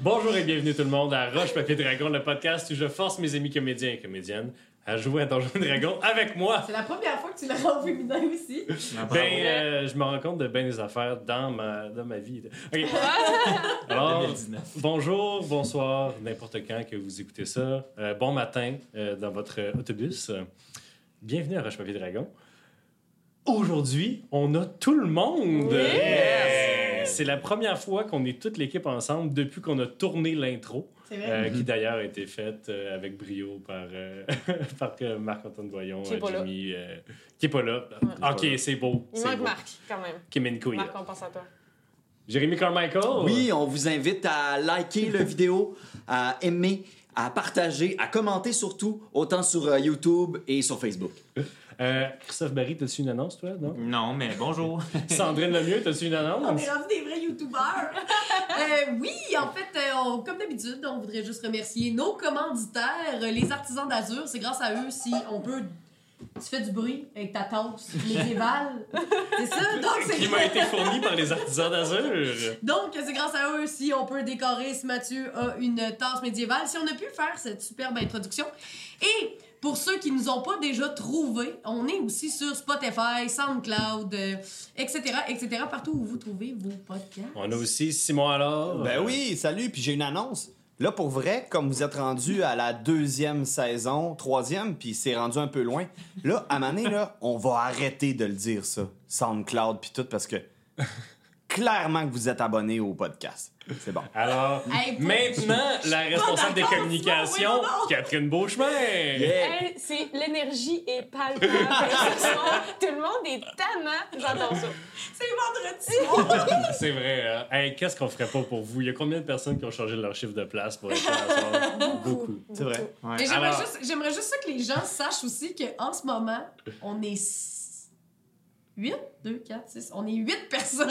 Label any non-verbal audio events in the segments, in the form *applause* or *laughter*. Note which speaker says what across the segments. Speaker 1: Bonjour et bienvenue tout le monde à Roche Papier Dragon, le podcast où je force mes amis comédiens et comédiennes à jouer à Donjons et Dragons avec moi.
Speaker 2: C'est la première fois que *laughs* tu le rends au féminin aussi.
Speaker 1: Ben, euh, je me rends compte de bien des affaires dans ma, dans ma vie. Ok. *laughs*
Speaker 3: euh,
Speaker 1: Alors,
Speaker 4: 2019.
Speaker 1: bonjour, bonsoir, n'importe quand que vous écoutez ça. Euh, bon matin euh, dans votre euh, autobus. Euh, Bienvenue à Roche Papier Dragon. Aujourd'hui, on a tout le monde.
Speaker 2: Oui.
Speaker 1: Yes! C'est la première fois qu'on est toute l'équipe ensemble depuis qu'on a tourné l'intro.
Speaker 2: C'est vrai.
Speaker 1: Euh, qui d'ailleurs a été faite euh, avec brio par, euh, *laughs* par euh, Marc-Antoine Boyon,
Speaker 5: Qui est
Speaker 1: euh,
Speaker 5: pas là.
Speaker 1: Jimmy, euh, qui est pas là. Ah,
Speaker 5: Ouais.
Speaker 4: Qui est pas
Speaker 1: Ok, c'est beau.
Speaker 5: Il
Speaker 1: c'est
Speaker 5: manque
Speaker 1: beau.
Speaker 5: Marc, quand même.
Speaker 1: Kim Enko est là.
Speaker 5: Marc, on pense à toi.
Speaker 1: Jérémy Carmichael.
Speaker 4: Oui, on vous invite à liker la vidéo, à aimer, à partager, à commenter surtout, autant sur euh, YouTube et sur Facebook.
Speaker 1: Euh, Christophe Barry, t'as-tu une annonce, toi? Non?
Speaker 3: Non, mais
Speaker 6: *laughs*
Speaker 3: bonjour.
Speaker 1: *laughs* Sandrine Lemieux, t'as-tu une
Speaker 2: On
Speaker 1: annonce?
Speaker 2: est rendu des vrais
Speaker 1: *laughs*
Speaker 2: youtubeurs. Euh, oui, en fait, euh, on- comme d'habitude, on voudrait juste remercier nos commanditaires, euh, les artisans d'Azur. C'est grâce à eux si on peut. Tu fais du bruit avec ta tasse
Speaker 1: *laughs*
Speaker 2: médiévale. c'est ça? Donc,
Speaker 1: Qui
Speaker 2: c'est
Speaker 1: m'a été fourni par les artisans d'Azur.
Speaker 2: Donc, c'est grâce à eux si on peut décorer ce Mathieu a une tasse médiévale, si on a pu faire cette superbe introduction. Et pour ceux qui nous ont pas déjà trouvés, on est aussi sur Spotify, SoundCloud, euh, etc., etc., partout où vous trouvez vos podcasts.
Speaker 1: On a aussi Simon alors.
Speaker 6: Ben oui, salut, puis j'ai une annonce. Là, pour vrai, comme vous êtes rendu à la deuxième saison, troisième, puis c'est rendu un peu loin, là, à Mané, là, on va arrêter de le dire, ça. SoundCloud, puis tout, parce que clairement que vous êtes abonné au podcast. C'est bon.
Speaker 1: Alors,
Speaker 2: Hey, pour-
Speaker 1: maintenant, la responsable des
Speaker 2: d'accord,
Speaker 1: communications,
Speaker 2: Simon, oui, non, non.
Speaker 1: Catherine Beauchemin. Eh.
Speaker 5: Hey, c'est l'énergie est palpable. ce soir. *laughs* Tout le monde est tannant. J'adore ça.
Speaker 2: C'est vendredi!
Speaker 1: *laughs* C'est vrai. hein. Hey, Qu'est-ce qu'on ferait pas pour vous? Il y a combien de personnes qui ont changé leur chiffre de place pour être là ce soir? Beaucoup.
Speaker 6: C'est vrai.
Speaker 3: Ouais.
Speaker 2: Et j'aimerais
Speaker 1: Alors-
Speaker 2: juste, j'aimerais juste ça que les gens sachent aussi qu'en ce moment, on est 8, 2, 4, 6, on est 8 personnes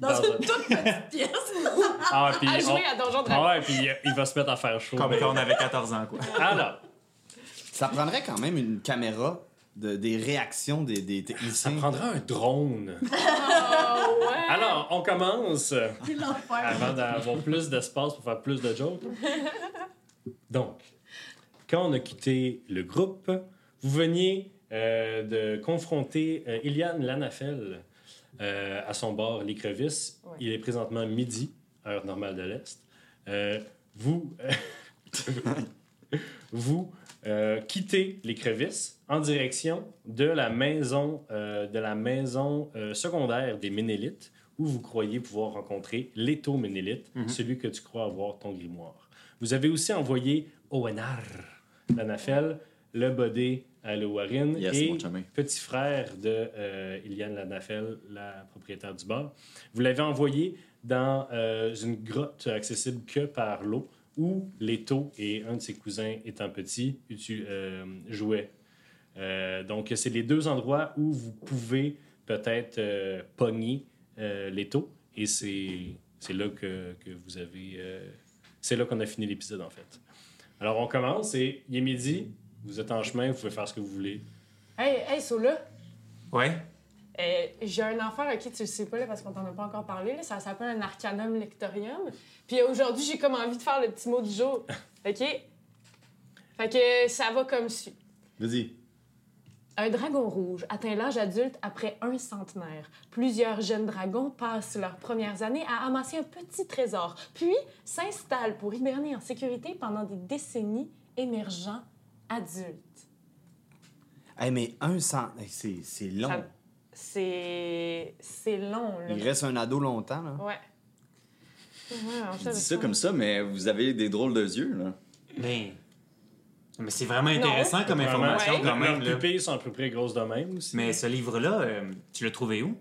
Speaker 2: dans,
Speaker 1: Dans
Speaker 2: une
Speaker 1: un-
Speaker 2: toute petite pièce. *laughs*
Speaker 1: Ah, puis
Speaker 5: À
Speaker 1: on-
Speaker 5: jouer à Donjon
Speaker 1: Ah
Speaker 5: Dragon.
Speaker 1: ouais, puis euh, il va se mettre à faire chaud.
Speaker 3: Comme
Speaker 1: mais-
Speaker 3: quand on avait 14 ans, quoi.
Speaker 1: Alors,
Speaker 6: Ça prendrait quand même une caméra de- des réactions des, des
Speaker 1: ça
Speaker 6: techniciens.
Speaker 1: prendra un drone.
Speaker 5: Oh, ouais.
Speaker 1: Alors, on commence euh,
Speaker 2: C'est l'enfer.
Speaker 1: avant d'avoir plus d'espace pour faire plus de jokes. Donc, quand on a quitté le groupe, vous veniez euh, de confronter euh, Iliane Lanafel euh, à son bord, l'écrevisse.
Speaker 5: Ouais.
Speaker 1: Il est présentement midi, heure normale de l'Est. Euh, vous *laughs* vous euh, quittez l'écrevisse en direction de la maison, euh, de la maison euh, secondaire des Ménélites, où vous croyez pouvoir rencontrer l'étau Ménélite,
Speaker 4: Mhm.
Speaker 1: celui que tu crois avoir ton grimoire. Vous avez aussi envoyé Owenar, Lanafel, le Bodé à Lowarin
Speaker 4: Yes,
Speaker 1: et
Speaker 4: mon chumé.
Speaker 1: petit frère de euh, Iliane Lanafel, la propriétaire du bar. Vous l'avez envoyé dans euh, une grotte accessible que par l'eau, où Leto et un de ses cousins étant petit utu- euh, jouaient. Euh, donc, c'est les deux endroits où vous pouvez peut-être euh, pogner euh, Leto, et c'est c'est là que, que vous avez... euh, c'est là qu'on a fini l'épisode, en fait. Alors, on commence, et il est midi, vous êtes en chemin, vous pouvez faire ce que vous voulez.
Speaker 5: Hey, hey, Sola.
Speaker 3: Ouais.
Speaker 5: Euh, J'ai un enfant à qui tu le sais pas là, parce qu'on t'en a pas encore parlé. Là. Ça s'appelle un arcanum lectorium. Puis aujourd'hui, j'ai comme envie de faire le petit mot du jour.
Speaker 1: *laughs*
Speaker 5: OK? Fait que ça va comme suit.
Speaker 6: Vas-y.
Speaker 5: Un dragon rouge atteint l'âge adulte après un centenaire. Plusieurs jeunes dragons passent leurs premières années à amasser un petit trésor, puis s'installent pour hiberner en sécurité pendant des décennies, émergeant adultes.
Speaker 6: Hey, mais un cent... hey, c'est c'est long.
Speaker 5: Ça- C'est. C'est long, là.
Speaker 6: Il reste un ado longtemps, là.
Speaker 5: Ouais. Ouais, on
Speaker 4: Je
Speaker 5: fait
Speaker 4: dis ça comme ça, mais vous avez des drôles de yeux, là.
Speaker 3: Mais. Mais c'est vraiment intéressant comme information,
Speaker 5: Ouais.
Speaker 3: quand même.
Speaker 1: Leurs
Speaker 3: là.
Speaker 1: pupilles sont à peu près grosses de même aussi.
Speaker 3: Mais ce livre-là, euh, tu l'as trouvé où?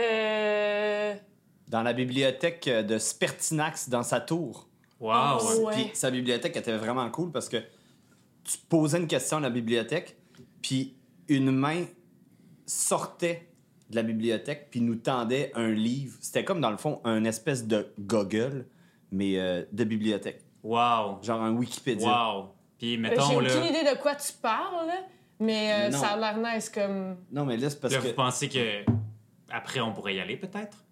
Speaker 5: Euh.
Speaker 6: Dans la bibliothèque de Spertinax, dans sa tour.
Speaker 3: Wow!
Speaker 5: Oh, ouais.
Speaker 6: Puis sa bibliothèque était vraiment cool parce que tu posais une question à la bibliothèque, puis une main sortait de la bibliothèque, puis nous tendait un livre. C'était comme, dans le fond, un espèce de goggle, mais euh, de bibliothèque.
Speaker 3: Wow!
Speaker 6: Genre un Wikipédia.
Speaker 3: Wow! Puis,
Speaker 5: euh, J'ai
Speaker 3: mettons,
Speaker 5: aucune
Speaker 3: là, là,
Speaker 5: idée de quoi tu parles, là, mais euh,
Speaker 6: Non.
Speaker 5: ça a l'air nice comme.
Speaker 6: Non, mais là, c'est parce
Speaker 3: vous
Speaker 6: que...
Speaker 3: pensez que. Après, on pourrait y aller, peut-être?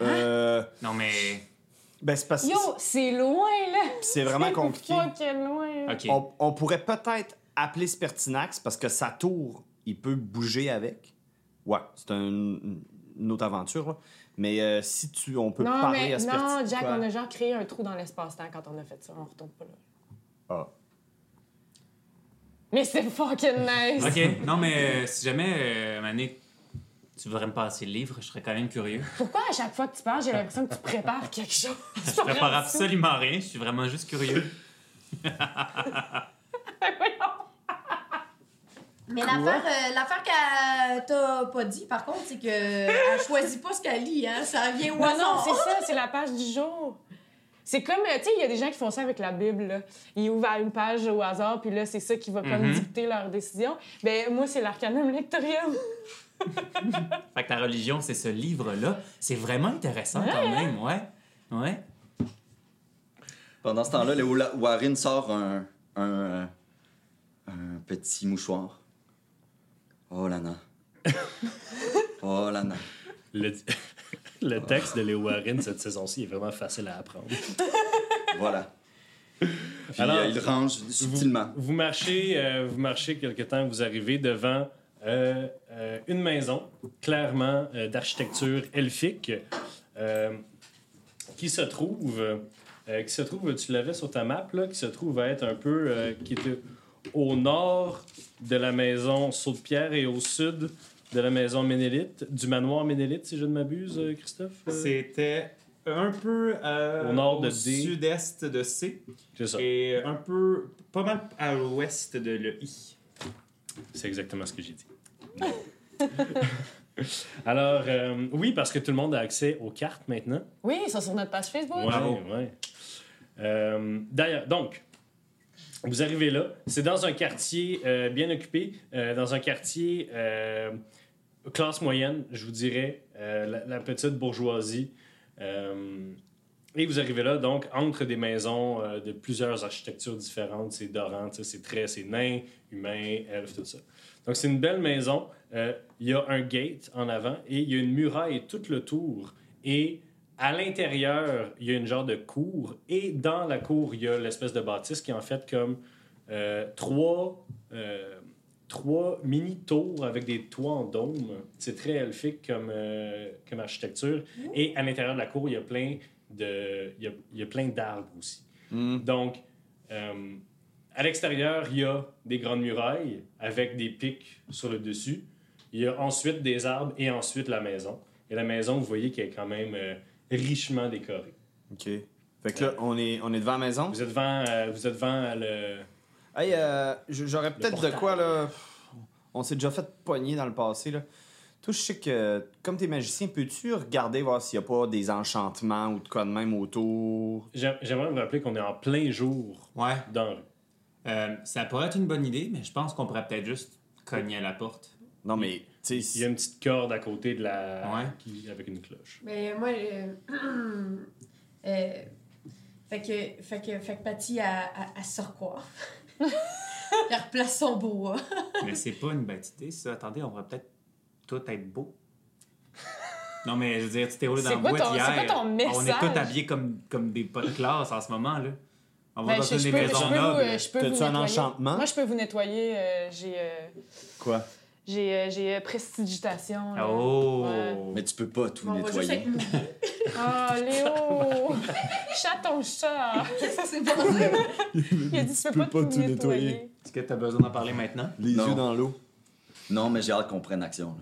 Speaker 6: euh,
Speaker 3: Non, mais.
Speaker 6: Ben, c'est parce que
Speaker 5: Yo, c'est loin, là!
Speaker 6: c'est
Speaker 5: *laughs*
Speaker 6: vraiment compliqué.
Speaker 5: fucking loin.
Speaker 3: OK.
Speaker 6: On, on pourrait peut-être appeler Spertinax parce que sa tour, il peut bouger avec. Ouais, c'est un- une autre aventure. là. Mais euh, si tu, on peut
Speaker 5: Non,
Speaker 6: parler
Speaker 5: mais
Speaker 6: à Spertinax.
Speaker 5: non, Jack, on a genre créé un trou dans l'espace-temps quand on a fait ça. On retourne pas là.
Speaker 6: Ah.
Speaker 5: Mais c'est fucking nice!
Speaker 3: OK. Non, mais euh, si jamais, euh, Mané, tu voudrais me passer le livre, je serais quand même curieux.
Speaker 5: Pourquoi à chaque fois que tu parles, j'ai l'impression que tu prépares quelque *laughs* chose?
Speaker 3: Je prépare absolument rien, je suis vraiment juste curieux.
Speaker 2: Mais l'affaire, euh, l'affaire qu'elle t'a pas dit, par contre, c'est qu'elle choisit pas ce qu'elle lit, hein. Ça vient au
Speaker 5: Non, non,
Speaker 2: hasard.
Speaker 5: c'est ça, c'est la page du jour. C'est comme, euh, tu sais, il y a des gens qui font ça avec la Bible. Là. Ils ouvrent à une page au hasard, puis là, c'est ça qui va comme
Speaker 3: Mhm.
Speaker 5: dicter leur décision. Ben, moi, c'est l'Arcanum Lectorium.
Speaker 3: Fait que ta religion, c'est ce livre-là. C'est vraiment intéressant quand même, ouais. Ouais.
Speaker 4: Pendant ce temps-là, le Ola- Warren sort un, un, euh, un petit mouchoir.
Speaker 6: *laughs*
Speaker 4: Oh, Lana. oh, Lana.
Speaker 1: Le, *laughs* le texte de Léo Warren cette saison-ci est vraiment facile à apprendre.
Speaker 4: Voilà. Puis
Speaker 1: Alors,
Speaker 4: euh, il range subtilement.
Speaker 1: Vous marchez, euh, vous marchez quelque temps, vous arrivez devant euh, euh, une maison, clairement euh, d'architecture elfique, euh, qui se trouve, euh, qui se trouve, tu l'avais sur ta map là, qui se trouve à être un peu, euh, qui est au nord de la maison Saute-Pierre et au sud de la maison Ménélite, du manoir Ménélite, si je ne m'abuse, euh, Christophe. euh,
Speaker 7: C'était un peu euh,
Speaker 1: Au nord de D.
Speaker 7: sud-est de C
Speaker 1: C'est ça.
Speaker 7: et un peu pas mal à l'ouest de le I.
Speaker 1: C'est exactement ce que j'ai dit. *laughs* Alors, euh, oui, parce que tout le monde a accès aux cartes maintenant.
Speaker 5: Oui, ça sur notre page Facebook.
Speaker 1: Ouais,
Speaker 3: Bravo.
Speaker 1: ouais. Euh, D'ailleurs, donc, vous arrivez là. C'est dans un quartier euh, bien occupé, euh, dans un quartier euh, classe moyenne, je vous dirais, euh, la, la petite bourgeoisie. Euh, et vous arrivez là, donc, entre des maisons euh, de plusieurs architectures différentes. C'est dorant, tu sais, c'est très, c'est nain, humain, elfe, tout ça. Donc, c'est une belle maison. Euh, Il y a un gate en avant et il y a une muraille tout le tour. Et à l'intérieur, il y a une genre de cour. Et dans la cour, il y a l'espèce de bâtisse qui est en fait comme euh, trois, euh, trois mini-tours avec des toits en dôme. C'est très elfique comme, euh, comme architecture. Et à l'intérieur de la cour, il y a plein de, il y a, il y a plein d'arbres aussi. Donc, euh, à l'extérieur, il y a des grandes murailles avec des pics sur le dessus. Il y a ensuite des arbres et ensuite la maison. Et la maison, vous voyez qu'elle est quand même euh, richement décorée.
Speaker 6: OK. Fait que là, on est, on est devant la maison.
Speaker 1: Vous êtes devant, euh, vous êtes devant le...
Speaker 6: Hey, euh, j- j'aurais peut-être de
Speaker 1: portail.
Speaker 6: quoi, là. On s'est déjà fait pogner dans le passé, là. Toi, je sais que, comme t'es magicien, peux-tu regarder, voir s'il n'y a pas des enchantements ou de quoi de même autour?
Speaker 1: J'aim- J'aimerais vous rappeler qu'on est en plein jour
Speaker 3: Ouais.
Speaker 1: dans la rue.
Speaker 3: Euh, ça pourrait être une bonne idée, mais je pense qu'on pourrait peut-être juste cogner à la porte.
Speaker 6: Non, mais, tu
Speaker 1: Il y a
Speaker 6: sais,
Speaker 1: une petite corde à côté de la...
Speaker 3: Ouais.
Speaker 1: qui- avec une cloche.
Speaker 2: Mais moi, euh, *clears throat* euh, fait que, fait que, fait que Patty, elle, elle- elle se *laughs* recoiffe. elle replace son boa.
Speaker 3: mais c'est pas une bête idée, ça. Attendez, on pourrait peut-être tout être beau. Non, mais je veux dire, tu t'es roulé dans
Speaker 5: C'est
Speaker 3: la
Speaker 5: quoi
Speaker 3: boîte
Speaker 5: ton-
Speaker 3: hier.
Speaker 5: c'est quoi ton
Speaker 3: On
Speaker 5: message?
Speaker 3: est tous habillés comme, comme des pas de classe en ce moment, là. On va
Speaker 5: Ben,
Speaker 3: dans
Speaker 5: je,
Speaker 3: une
Speaker 5: je
Speaker 3: des
Speaker 5: peux, je
Speaker 3: maisons
Speaker 5: peux vous,
Speaker 3: nobles.
Speaker 5: euh, je peux vous
Speaker 6: T'as-tu un
Speaker 5: nettoyer.
Speaker 6: enchantement?
Speaker 5: Moi, je peux vous nettoyer. euh, j'ai euh,
Speaker 6: quoi?
Speaker 5: j'ai euh, j'ai euh, prestidigitation. là.
Speaker 3: Oh!
Speaker 5: Ouais.
Speaker 4: Mais tu peux pas tout
Speaker 2: Bon, on va juste
Speaker 4: nettoyer.
Speaker 2: être mou.
Speaker 5: Ah, Léo! chat ton chat!
Speaker 2: Qu'est-ce qui s'est *laughs* passé?
Speaker 5: Il a dit, tu peux pas, tout nettoyer.
Speaker 3: Est-ce que t'as besoin d'en parler maintenant?
Speaker 6: Les
Speaker 4: Non.
Speaker 6: yeux dans l'eau.
Speaker 4: Non, mais j'ai hâte qu'on prenne action.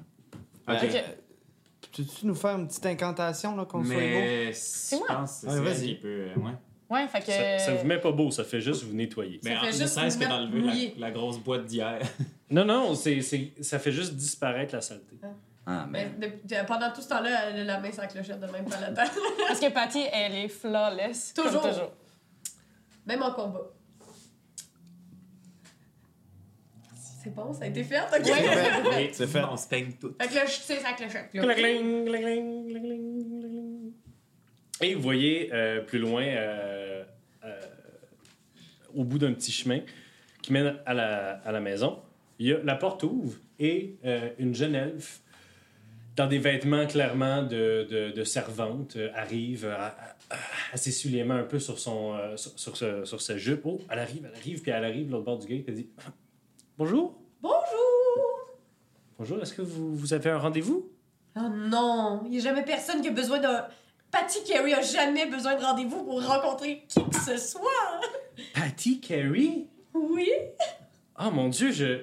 Speaker 4: là.
Speaker 3: Ok.
Speaker 5: Ok.
Speaker 6: Peux-tu nous faire une petite incantation, là, qu'on soit
Speaker 3: Mais
Speaker 5: C'est
Speaker 3: je
Speaker 5: moi.
Speaker 3: pense que
Speaker 6: Ouais,
Speaker 3: c'est elle
Speaker 6: vas-y.
Speaker 3: qui peut... euh, ouais.
Speaker 5: Ouais, fait que.
Speaker 1: Ça, ça vous met pas beau, ça fait juste vous nettoyer.
Speaker 3: Mais
Speaker 2: fait
Speaker 3: en- ne
Speaker 2: juste
Speaker 3: serait-ce que
Speaker 2: mettre
Speaker 3: d'enlever
Speaker 2: mouillé.
Speaker 3: la, la grosse boîte d'hier.
Speaker 1: Non, non, c'est c'est- ça fait juste disparaître la saleté.
Speaker 4: Ah,
Speaker 2: Mais
Speaker 4: mais.
Speaker 2: de- Ben, de- pendant tout ce temps-là, elle a la main sans clochette de même par la tête.
Speaker 5: Parce que Patty, elle est flawless. comme
Speaker 2: Toujours.
Speaker 5: toujours.
Speaker 2: *laughs* Même en combat. C'est bon, ça a été fait,
Speaker 3: *laughs*
Speaker 2: ok?
Speaker 3: Et
Speaker 6: C'est fait.
Speaker 3: On se peigne tout.
Speaker 2: Fait que là, je tire sa clochette. là.
Speaker 1: Cling, cling, cling, cling, cling, cling. Et vous voyez euh, plus loin, euh, euh, au bout d'un petit chemin qui mène à la, à la maison, il y a, la porte ouvre et euh, une jeune elfe, dans dans des vêtements clairement de, de, de servante, euh, arrive, euh, elle- elle s'essuie les mains un peu sur, son, euh, sur, sur ce- sur sa jupe. Oh, elle arrive, elle arrive, puis elle arrive de l'autre bord du gate, elle dit Bonjour,
Speaker 2: Bonjour!
Speaker 1: bonjour, est-ce que vous, vous avez un rendez-vous
Speaker 2: Oh non, il n'y a jamais personne qui a besoin d'un. Patty Carey a jamais besoin de rendez-vous pour rencontrer qui que ce soit.
Speaker 1: Patty Carey
Speaker 2: Oui?
Speaker 1: Ah mon Dieu, je.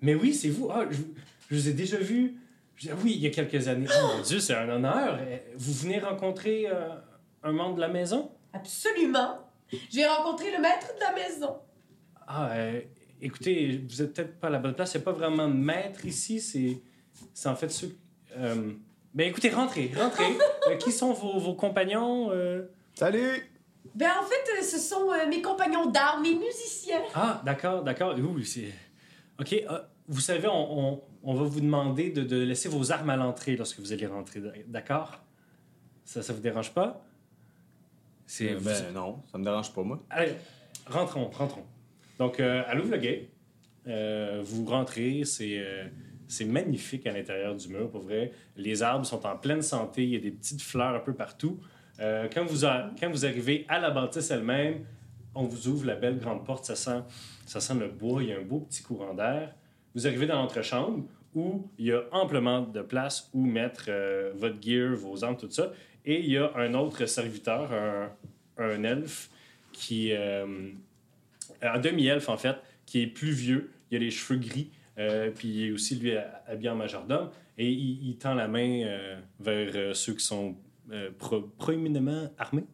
Speaker 1: Mais oui, c'est vous. Ah, je, vous- je vous ai déjà vu. Je- ah Oui, il y a quelques années. Oh mon Dieu, c'est un honneur. Euh, Vous venez rencontrer euh, un membre de la maison?
Speaker 2: Absolument. J'ai rencontré le maître de la maison.
Speaker 1: Ah, euh, écoutez, vous êtes peut-être pas à la bonne place. Il n'y a pas vraiment de maître ici. C'est, c'est en fait ceux. euh, Ben écoutez, rentrez, rentrez. Euh, qui sont vos, vos compagnons? euh?
Speaker 6: Salut!
Speaker 2: Ben en fait, euh, ce sont euh, mes compagnons d'armes, mes musiciens.
Speaker 1: Ah, d'accord, d'accord. Ouh, c'est. OK. ah, vous savez, on, on- on va vous demander de, de laisser vos armes à l'entrée lorsque vous allez rentrer. D'accord? Ça, ça vous dérange pas? C'est.
Speaker 6: Euh, ben,
Speaker 1: vous-
Speaker 6: non, ça me dérange pas, moi.
Speaker 1: Allez, rentrons, rentrons. Donc, euh, elle ouvre le gate. Euh, vous rentrez, c'est euh, c'est magnifique à l'intérieur du mur, pour vrai. Les arbres sont en pleine santé, il y a des petites fleurs un peu partout. Euh, quand, vous a- quand vous arrivez à la bâtisse elle-même, on vous ouvre la belle grande porte, ça sent, ça sent le bois, il y a un beau petit courant d'air. Vous arrivez dans l'entrechambre où il y a amplement de place où mettre euh, votre gear, vos armes, tout ça. Et il y a un autre serviteur, un, un elfe, qui, euh, un demi-elfe, en fait, qui est plus vieux. Il a les cheveux gris. euh, puis il est aussi, lui, ha- habillé en majordome. Et il, il tend la main euh, vers euh, ceux qui sont euh, pro- proéminemment armés.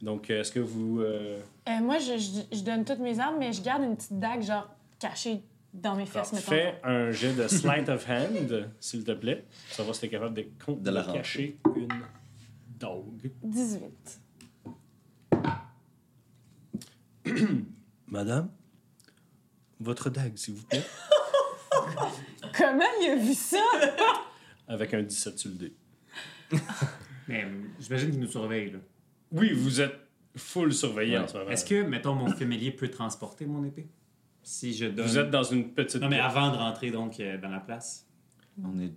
Speaker 1: Donc, euh, est-ce que vous... euh,
Speaker 5: Euh, moi, je, je- je donne toutes mes armes, mais je garde une petite dague, genre, cachée dans mes fesses, mettons.
Speaker 1: fais un jet de sleight of hand, *laughs* s'il te plaît. pour Savoir si t'es capable de, con-
Speaker 4: De la
Speaker 1: de cacher une dogue.
Speaker 5: 18.
Speaker 1: Madame, votre dague, s'il vous plaît.
Speaker 5: Comment il a vu ça?
Speaker 1: Avec un 17 sur le dé.
Speaker 3: Mais euh, j'imagine qu'ils nous surveillent, là.
Speaker 1: Oui, vous êtes full surveillé en ce moment.
Speaker 3: Est-ce que, mettons, mon familier peut transporter mon épée? Si je donne...
Speaker 1: Vous êtes dans une petite.
Speaker 3: Non, mais avant de rentrer, donc, euh, dans la place.
Speaker 4: On est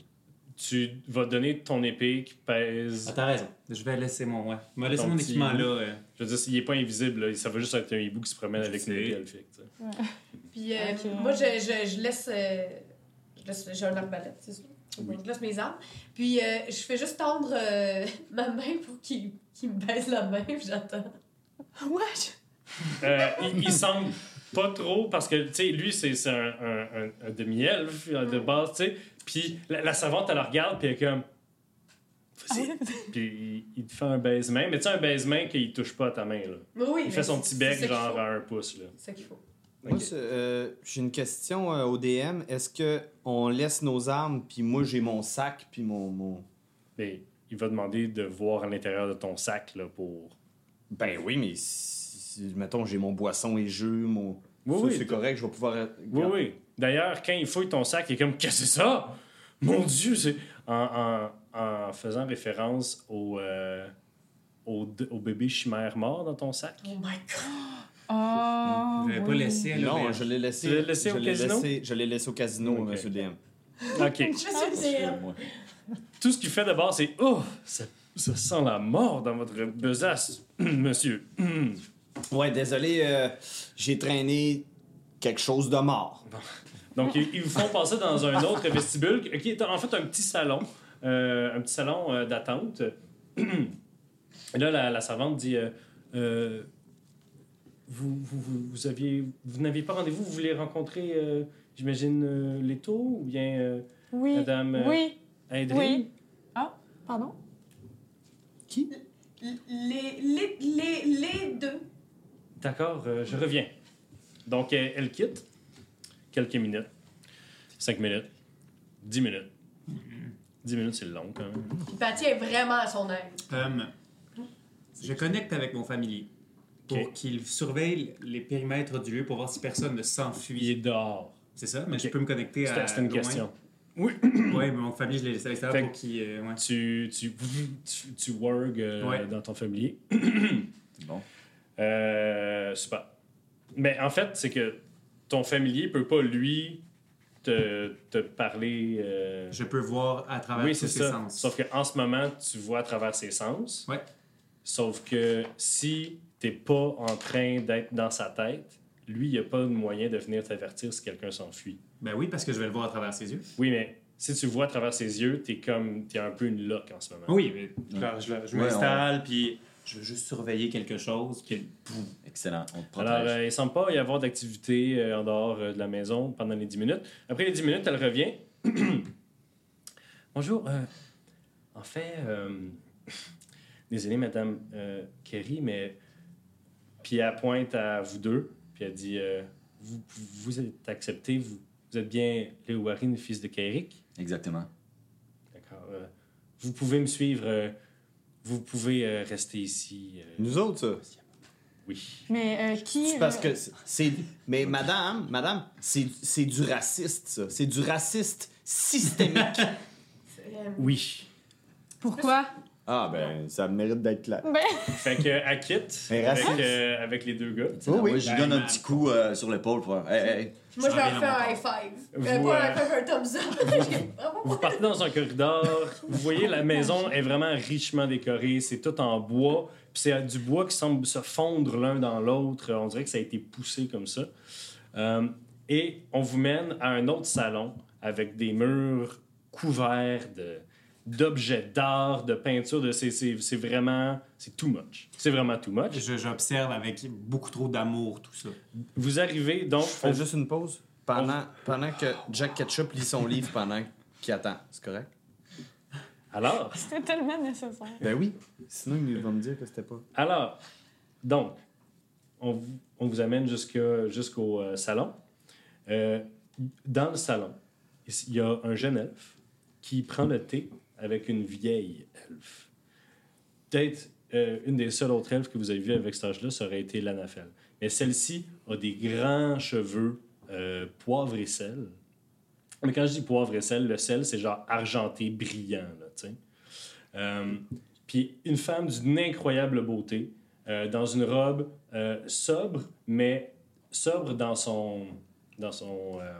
Speaker 1: Tu vas donner ton épée qui
Speaker 3: Ah,
Speaker 1: pèse.
Speaker 3: t'as raison. Je vais laisser mon... Ouais. Je vais laisser
Speaker 1: Ton
Speaker 3: mon
Speaker 1: petit
Speaker 3: équipement,
Speaker 1: hibou.
Speaker 3: là. euh.
Speaker 1: Je veux dire, il est pas invisible, là. ça va juste être un hibou qui se promène
Speaker 3: Je
Speaker 1: avec
Speaker 3: sais.
Speaker 1: une épée elfique. tu sais.
Speaker 2: Puis euh,
Speaker 5: Ok.
Speaker 2: moi, je, je, je laisse. euh, je laisse- J'ai un arbalète, c'est sûr. Donc, je laisse mes armes. Puis euh, je fais juste tendre euh, *laughs* ma main pour qu'il qu'il me baise la main, puis j'attends.
Speaker 5: Wesh!
Speaker 1: Euh, il, il semble pas trop parce que, tu sais, lui, c'est c'est un, un- un- un demi-elfe euh, de base, tu sais. Puis la, la savante, elle le regarde, puis elle est comme. Vas-y.
Speaker 2: Ah.
Speaker 1: *laughs* Puis il, il te fait un baisement, mais tu sais, un baisement qu'il touche pas à ta main, là.
Speaker 2: Mais oui,
Speaker 1: Il
Speaker 2: mais
Speaker 1: fait son petit
Speaker 2: c'est- c'est
Speaker 1: bec,
Speaker 2: ça qu'il
Speaker 1: genre euh,
Speaker 2: faut.
Speaker 1: à un pouce, là.
Speaker 2: C'est ça qu'il faut.
Speaker 6: Moi,
Speaker 1: Ok.
Speaker 6: c'est, euh, j'ai une question euh, au DM. Est-ce que on laisse nos armes, puis moi, j'ai mon sac, puis mon... mon-
Speaker 1: Mais il va demander de voir à l'intérieur de ton sac, là, pour.
Speaker 6: Ben oui, mais si, si- mettons, j'ai mon boisson et jus, mon...
Speaker 1: Oui,
Speaker 6: Ça,
Speaker 1: oui.
Speaker 6: c'est correct, je vais pouvoir... euh,
Speaker 1: Oui, oui. D'ailleurs, quand il fouille ton sac, il est comme Qu'est-ce que c'est ça Mon Dieu c'est... En, en- en faisant référence au, euh, au, d- au bébé chimère mort dans ton sac.
Speaker 2: Oh my god!
Speaker 5: Oh!
Speaker 3: Je vais pas
Speaker 5: oui.
Speaker 3: laisser, là.
Speaker 6: Non,
Speaker 3: mais-
Speaker 6: je l'ai laissé...
Speaker 1: Tu l'as laissé
Speaker 6: je
Speaker 1: au
Speaker 6: l'ai
Speaker 1: casino?
Speaker 6: laissé- je l'ai laissé au casino,
Speaker 1: Ok.
Speaker 6: monsieur DM.
Speaker 1: OK.
Speaker 2: Je suis une DM.
Speaker 4: moi.
Speaker 1: Tout ce qu'il fait d'abord, c'est Oh, ça, ça sent la mort dans votre besace, *clears throat* monsieur.
Speaker 6: Ouais, désolé, euh, j'ai traîné quelque chose de mort.
Speaker 1: Donc, ils, ils vous font passer dans un autre vestibule qui est en fait un petit salon, euh, un petit salon euh, d'attente. *clears throat* Et là, la, la servante dit euh, Euh, vous, vous, vous, vous aviez, vous n'aviez pas rendez-vous, vous voulez rencontrer, euh, j'imagine, euh, Leto ou bien euh,
Speaker 5: Oui.
Speaker 1: Madame euh,
Speaker 5: Oui.
Speaker 1: Aydrin?
Speaker 5: Oui. Ah, pardon?
Speaker 2: Les, les, les, les deux.
Speaker 1: D'accord, euh, je reviens. Donc, elle, elle quitte. Quelques minutes. Cinq minutes. Dix minutes. Dix minutes, c'est long quand même.
Speaker 2: Puis Patty est vraiment à son aise.
Speaker 3: Hum, je connecte avec mon familier pour
Speaker 1: Ok.
Speaker 3: qu'il surveille les périmètres du lieu pour voir si personne ne
Speaker 1: Il est
Speaker 3: s'enfuit.
Speaker 1: dehors.
Speaker 3: C'est ça? Mais
Speaker 1: Ok.
Speaker 3: je peux me connecter à...
Speaker 1: C'était c'était une
Speaker 3: loin.
Speaker 1: question.
Speaker 3: Oui, mais mon familier, je l'ai laissé à l'extérieur
Speaker 1: Fait
Speaker 3: pour qu'il... euh, ouais.
Speaker 1: tu, tu, tu, tu warg, euh,
Speaker 3: Ouais.
Speaker 1: dans ton familier. *clears throat*
Speaker 4: C'est bon.
Speaker 1: Euh, super. Mais en fait, c'est que ton familier peut pas, lui, te, te parler. euh,
Speaker 3: Je peux voir à travers
Speaker 1: oui,
Speaker 3: tous
Speaker 1: c'est
Speaker 3: ces
Speaker 1: ça.
Speaker 3: sens.
Speaker 1: Sauf qu'en ce moment, tu vois à travers ses sens.
Speaker 3: Ouais.
Speaker 1: Sauf que si t'es pas en train d'être dans sa tête, lui, il n'y a pas de moyen de venir t'avertir si quelqu'un s'enfuit.
Speaker 3: Ben oui, parce que je vais le voir à travers ses yeux.
Speaker 1: Oui, mais si tu vois à travers ses yeux, t'es comme. T'es un peu une loque en ce moment.
Speaker 3: Oui, mais genre, je, je
Speaker 4: Ouais,
Speaker 3: m'installe, puis je veux juste surveiller quelque chose. Puis...
Speaker 4: Excellent, on te protège.
Speaker 1: Alors, euh, il semble pas y avoir d'activité euh, en dehors euh, de la maison pendant les 10 minutes. Après les 10 minutes, elle revient. *clears throat* Bonjour. euh, en fait, euh, désolé, Madame euh, Kerry, mais. Puis elle pointe à vous deux, puis elle dit euh, vous, vous êtes accepté, vous, vous êtes bien Léo Warren, fils de Kerrick.
Speaker 4: Exactement.
Speaker 1: D'accord. euh, vous pouvez me suivre, euh, vous pouvez euh, rester ici. euh,
Speaker 6: Nous autres, ça.
Speaker 1: oui.
Speaker 5: Mais euh, qui.
Speaker 6: C'est parce
Speaker 5: euh,
Speaker 6: que c'est. Mais madame, madame, c'est c'est du raciste, ça. C'est du raciste
Speaker 4: *laughs*
Speaker 6: systémique.
Speaker 1: Oui.
Speaker 2: Pourquoi?
Speaker 6: ah, ben, ça mérite d'être clair.
Speaker 5: Ben, *laughs*
Speaker 1: Fait que elle quitte
Speaker 6: Mais
Speaker 1: avec,
Speaker 6: raciste.
Speaker 1: euh, avec les deux gars.
Speaker 6: Oui, oui.
Speaker 4: Moi, je lui donne un petit coup euh, sur l'épaule pour. faire, Hey, hey, hey.
Speaker 2: Moi, je
Speaker 3: Ça
Speaker 2: leur
Speaker 3: revient
Speaker 2: fais
Speaker 3: à
Speaker 2: un
Speaker 3: mon
Speaker 2: high five.
Speaker 1: Vous,
Speaker 2: Euh, pas un
Speaker 1: euh,
Speaker 2: high five, un thumbs
Speaker 3: *laughs*
Speaker 2: up. *laughs* J'ai vraiment
Speaker 1: Vous partez dans un corridor, vous voyez la maison est vraiment richement décorée, c'est tout en bois, puis c'est du bois qui semble se fondre l'un dans l'autre, on dirait que ça a été poussé comme ça. Euh, et on vous mène à un autre salon avec des murs couverts de- d'objets d'art, de peinture, de c'est- c'est c'est vraiment, c'est too much. C'est vraiment too much.
Speaker 3: Je- J'observe avec beaucoup trop d'amour tout ça.
Speaker 1: Vous arrivez donc...
Speaker 6: Je fais juste une pause pendant, pendant que Jack Ketchup lit son livre pendant qu'il attend. C'est correct?
Speaker 1: Alors,
Speaker 5: c'était tellement nécessaire.
Speaker 6: Ben oui. Sinon, ils vont me dire que c'était pas.
Speaker 1: Alors, donc, on, vous- on vous amène jusque- jusqu'au euh, salon. Euh, dans le salon, ici, il y a un jeune elfe qui prend le thé avec une vieille elfe. Peut-être euh, une des seules autres elfes que vous avez vues avec cet âge-là, ça aurait été l'Anafel. Mais celle-ci a des grands cheveux euh, poivre et sel. Mais quand je dis poivre et sel, le sel, c'est genre argenté, brillant, là, tu sais. Euh, puis une femme d'une incroyable beauté, euh, dans une robe euh, sobre, mais sobre dans son. Dans son euh,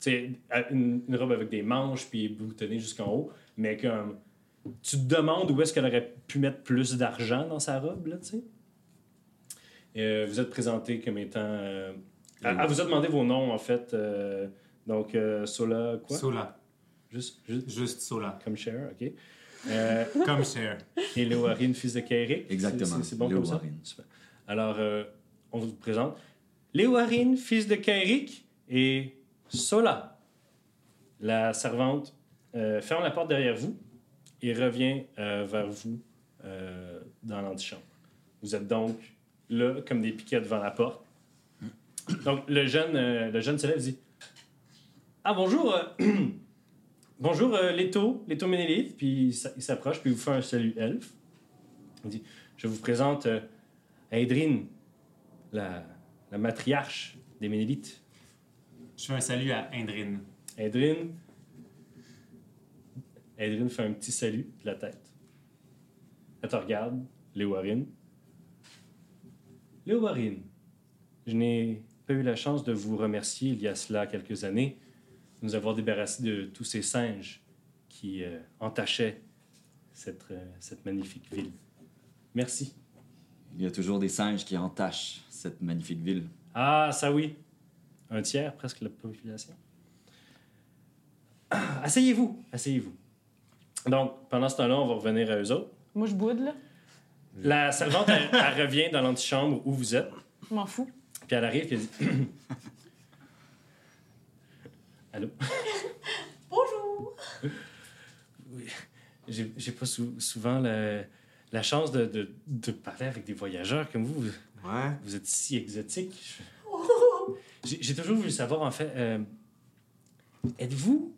Speaker 1: tu sais, à- une, une robe avec des manches, puis boutonnée jusqu'en haut, mais comme. Tu te demandes où est-ce qu'elle aurait pu mettre plus d'argent dans sa robe, là, tu sais. Euh, vous êtes présenté comme étant. euh, elle, elle vous a demandé vos noms, en fait. euh, donc, euh, Sola, quoi
Speaker 3: Sola.
Speaker 1: juste, juste
Speaker 3: Juste Sola.
Speaker 1: comme Cher, OK. Euh,
Speaker 3: Comme Cher.
Speaker 1: et Léo Harin, fils de Kairic.
Speaker 4: Exactement,
Speaker 1: C'est- C'est c'est bon
Speaker 4: Léo
Speaker 1: comme ça?
Speaker 4: Harin.
Speaker 1: Super. Alors, euh, on vous présente Léo Harin, fils de Kairic, et Sola, la servante, euh, ferme la porte derrière vous et revient euh, vers vous euh, dans l'antichambre. Vous êtes donc là, comme des piquets devant la porte. Donc, le jeune, euh, le jeune se lève et dit Ah, bonjour, euh, bonjour, euh, Leto, Leto Ménélith. Puis il s'a- il s'approche, puis il vous fait un salut elfe. Il dit Je vous présente euh, Aedrine, la, la matriarche des Ménélites.
Speaker 3: Je fais un salut à Indrine.
Speaker 1: Aedrine. Aedrine fait un petit salut de la tête. Elle te regarde, Léowarine. Léowarine, je n'ai pas eu la chance de vous remercier il y a cela quelques années de nous avoir débarrassé de tous ces singes qui euh, entachaient cette, euh, cette magnifique ville. Merci.
Speaker 4: Il y a toujours des singes qui entachent cette magnifique ville.
Speaker 1: Ah, ça oui. Un tiers, presque, de la population. Ah, Asseyez-vous, asseyez-vous. Donc, pendant ce temps-là, on va revenir à eux autres.
Speaker 5: Moi, je boude, là.
Speaker 1: La servante, elle, elle revient dans l'antichambre où vous êtes,
Speaker 5: Je m'en fous.
Speaker 1: puis elle arrive, puis elle dit... *coughs* Allô?
Speaker 2: Bonjour!
Speaker 1: J'ai j'ai pas sou- souvent la, la chance de, de- de parler avec des voyageurs comme vous.
Speaker 6: Ouais.
Speaker 1: Vous êtes si exotique. J'ai j'ai toujours voulu savoir, en fait, euh, êtes-vous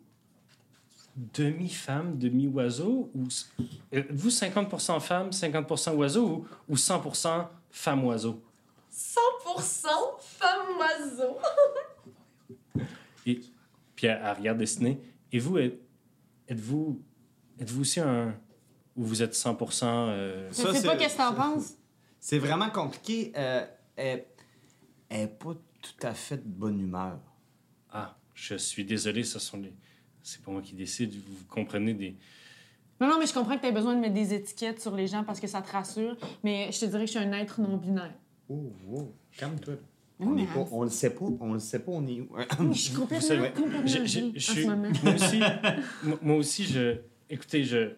Speaker 1: demi-femme, demi-oiseau, ou s- euh, êtes-vous 50% femme, 50% oiseau, ou, ou 100% femme-oiseau?
Speaker 2: 100% femme oiseau.
Speaker 1: Et puis elle, elle regarde dessiner. Et vous, êtes- êtes-vous êtes-vous aussi un... ou vous êtes 100%... euh,
Speaker 5: Je sais pas qu'est-ce que t'en penses.
Speaker 6: C'est vraiment compliqué. euh, elle elle est pas tout à fait de bonne humeur.
Speaker 1: Ah, Je suis désolé, ce sont les. C'est pas moi qui décide. Vous comprenez des.
Speaker 5: Non, non, mais je comprends que tu as besoin de mettre des étiquettes sur les gens parce que ça te rassure, mais je te dirais que je suis un être non-binaire.
Speaker 6: Oh, oh.
Speaker 3: Calme-toi. là.
Speaker 6: On n'est pas- on le sait pas, on le sait pas, on est où?
Speaker 5: Mmh. Je
Speaker 6: *laughs*
Speaker 5: suis complètement,
Speaker 1: Vous savez-
Speaker 5: complètement
Speaker 1: Je- je-
Speaker 5: vide
Speaker 1: je
Speaker 5: en
Speaker 1: suis-
Speaker 5: ce moment.
Speaker 1: moi aussi, moi- moi aussi, je. Écoutez, je.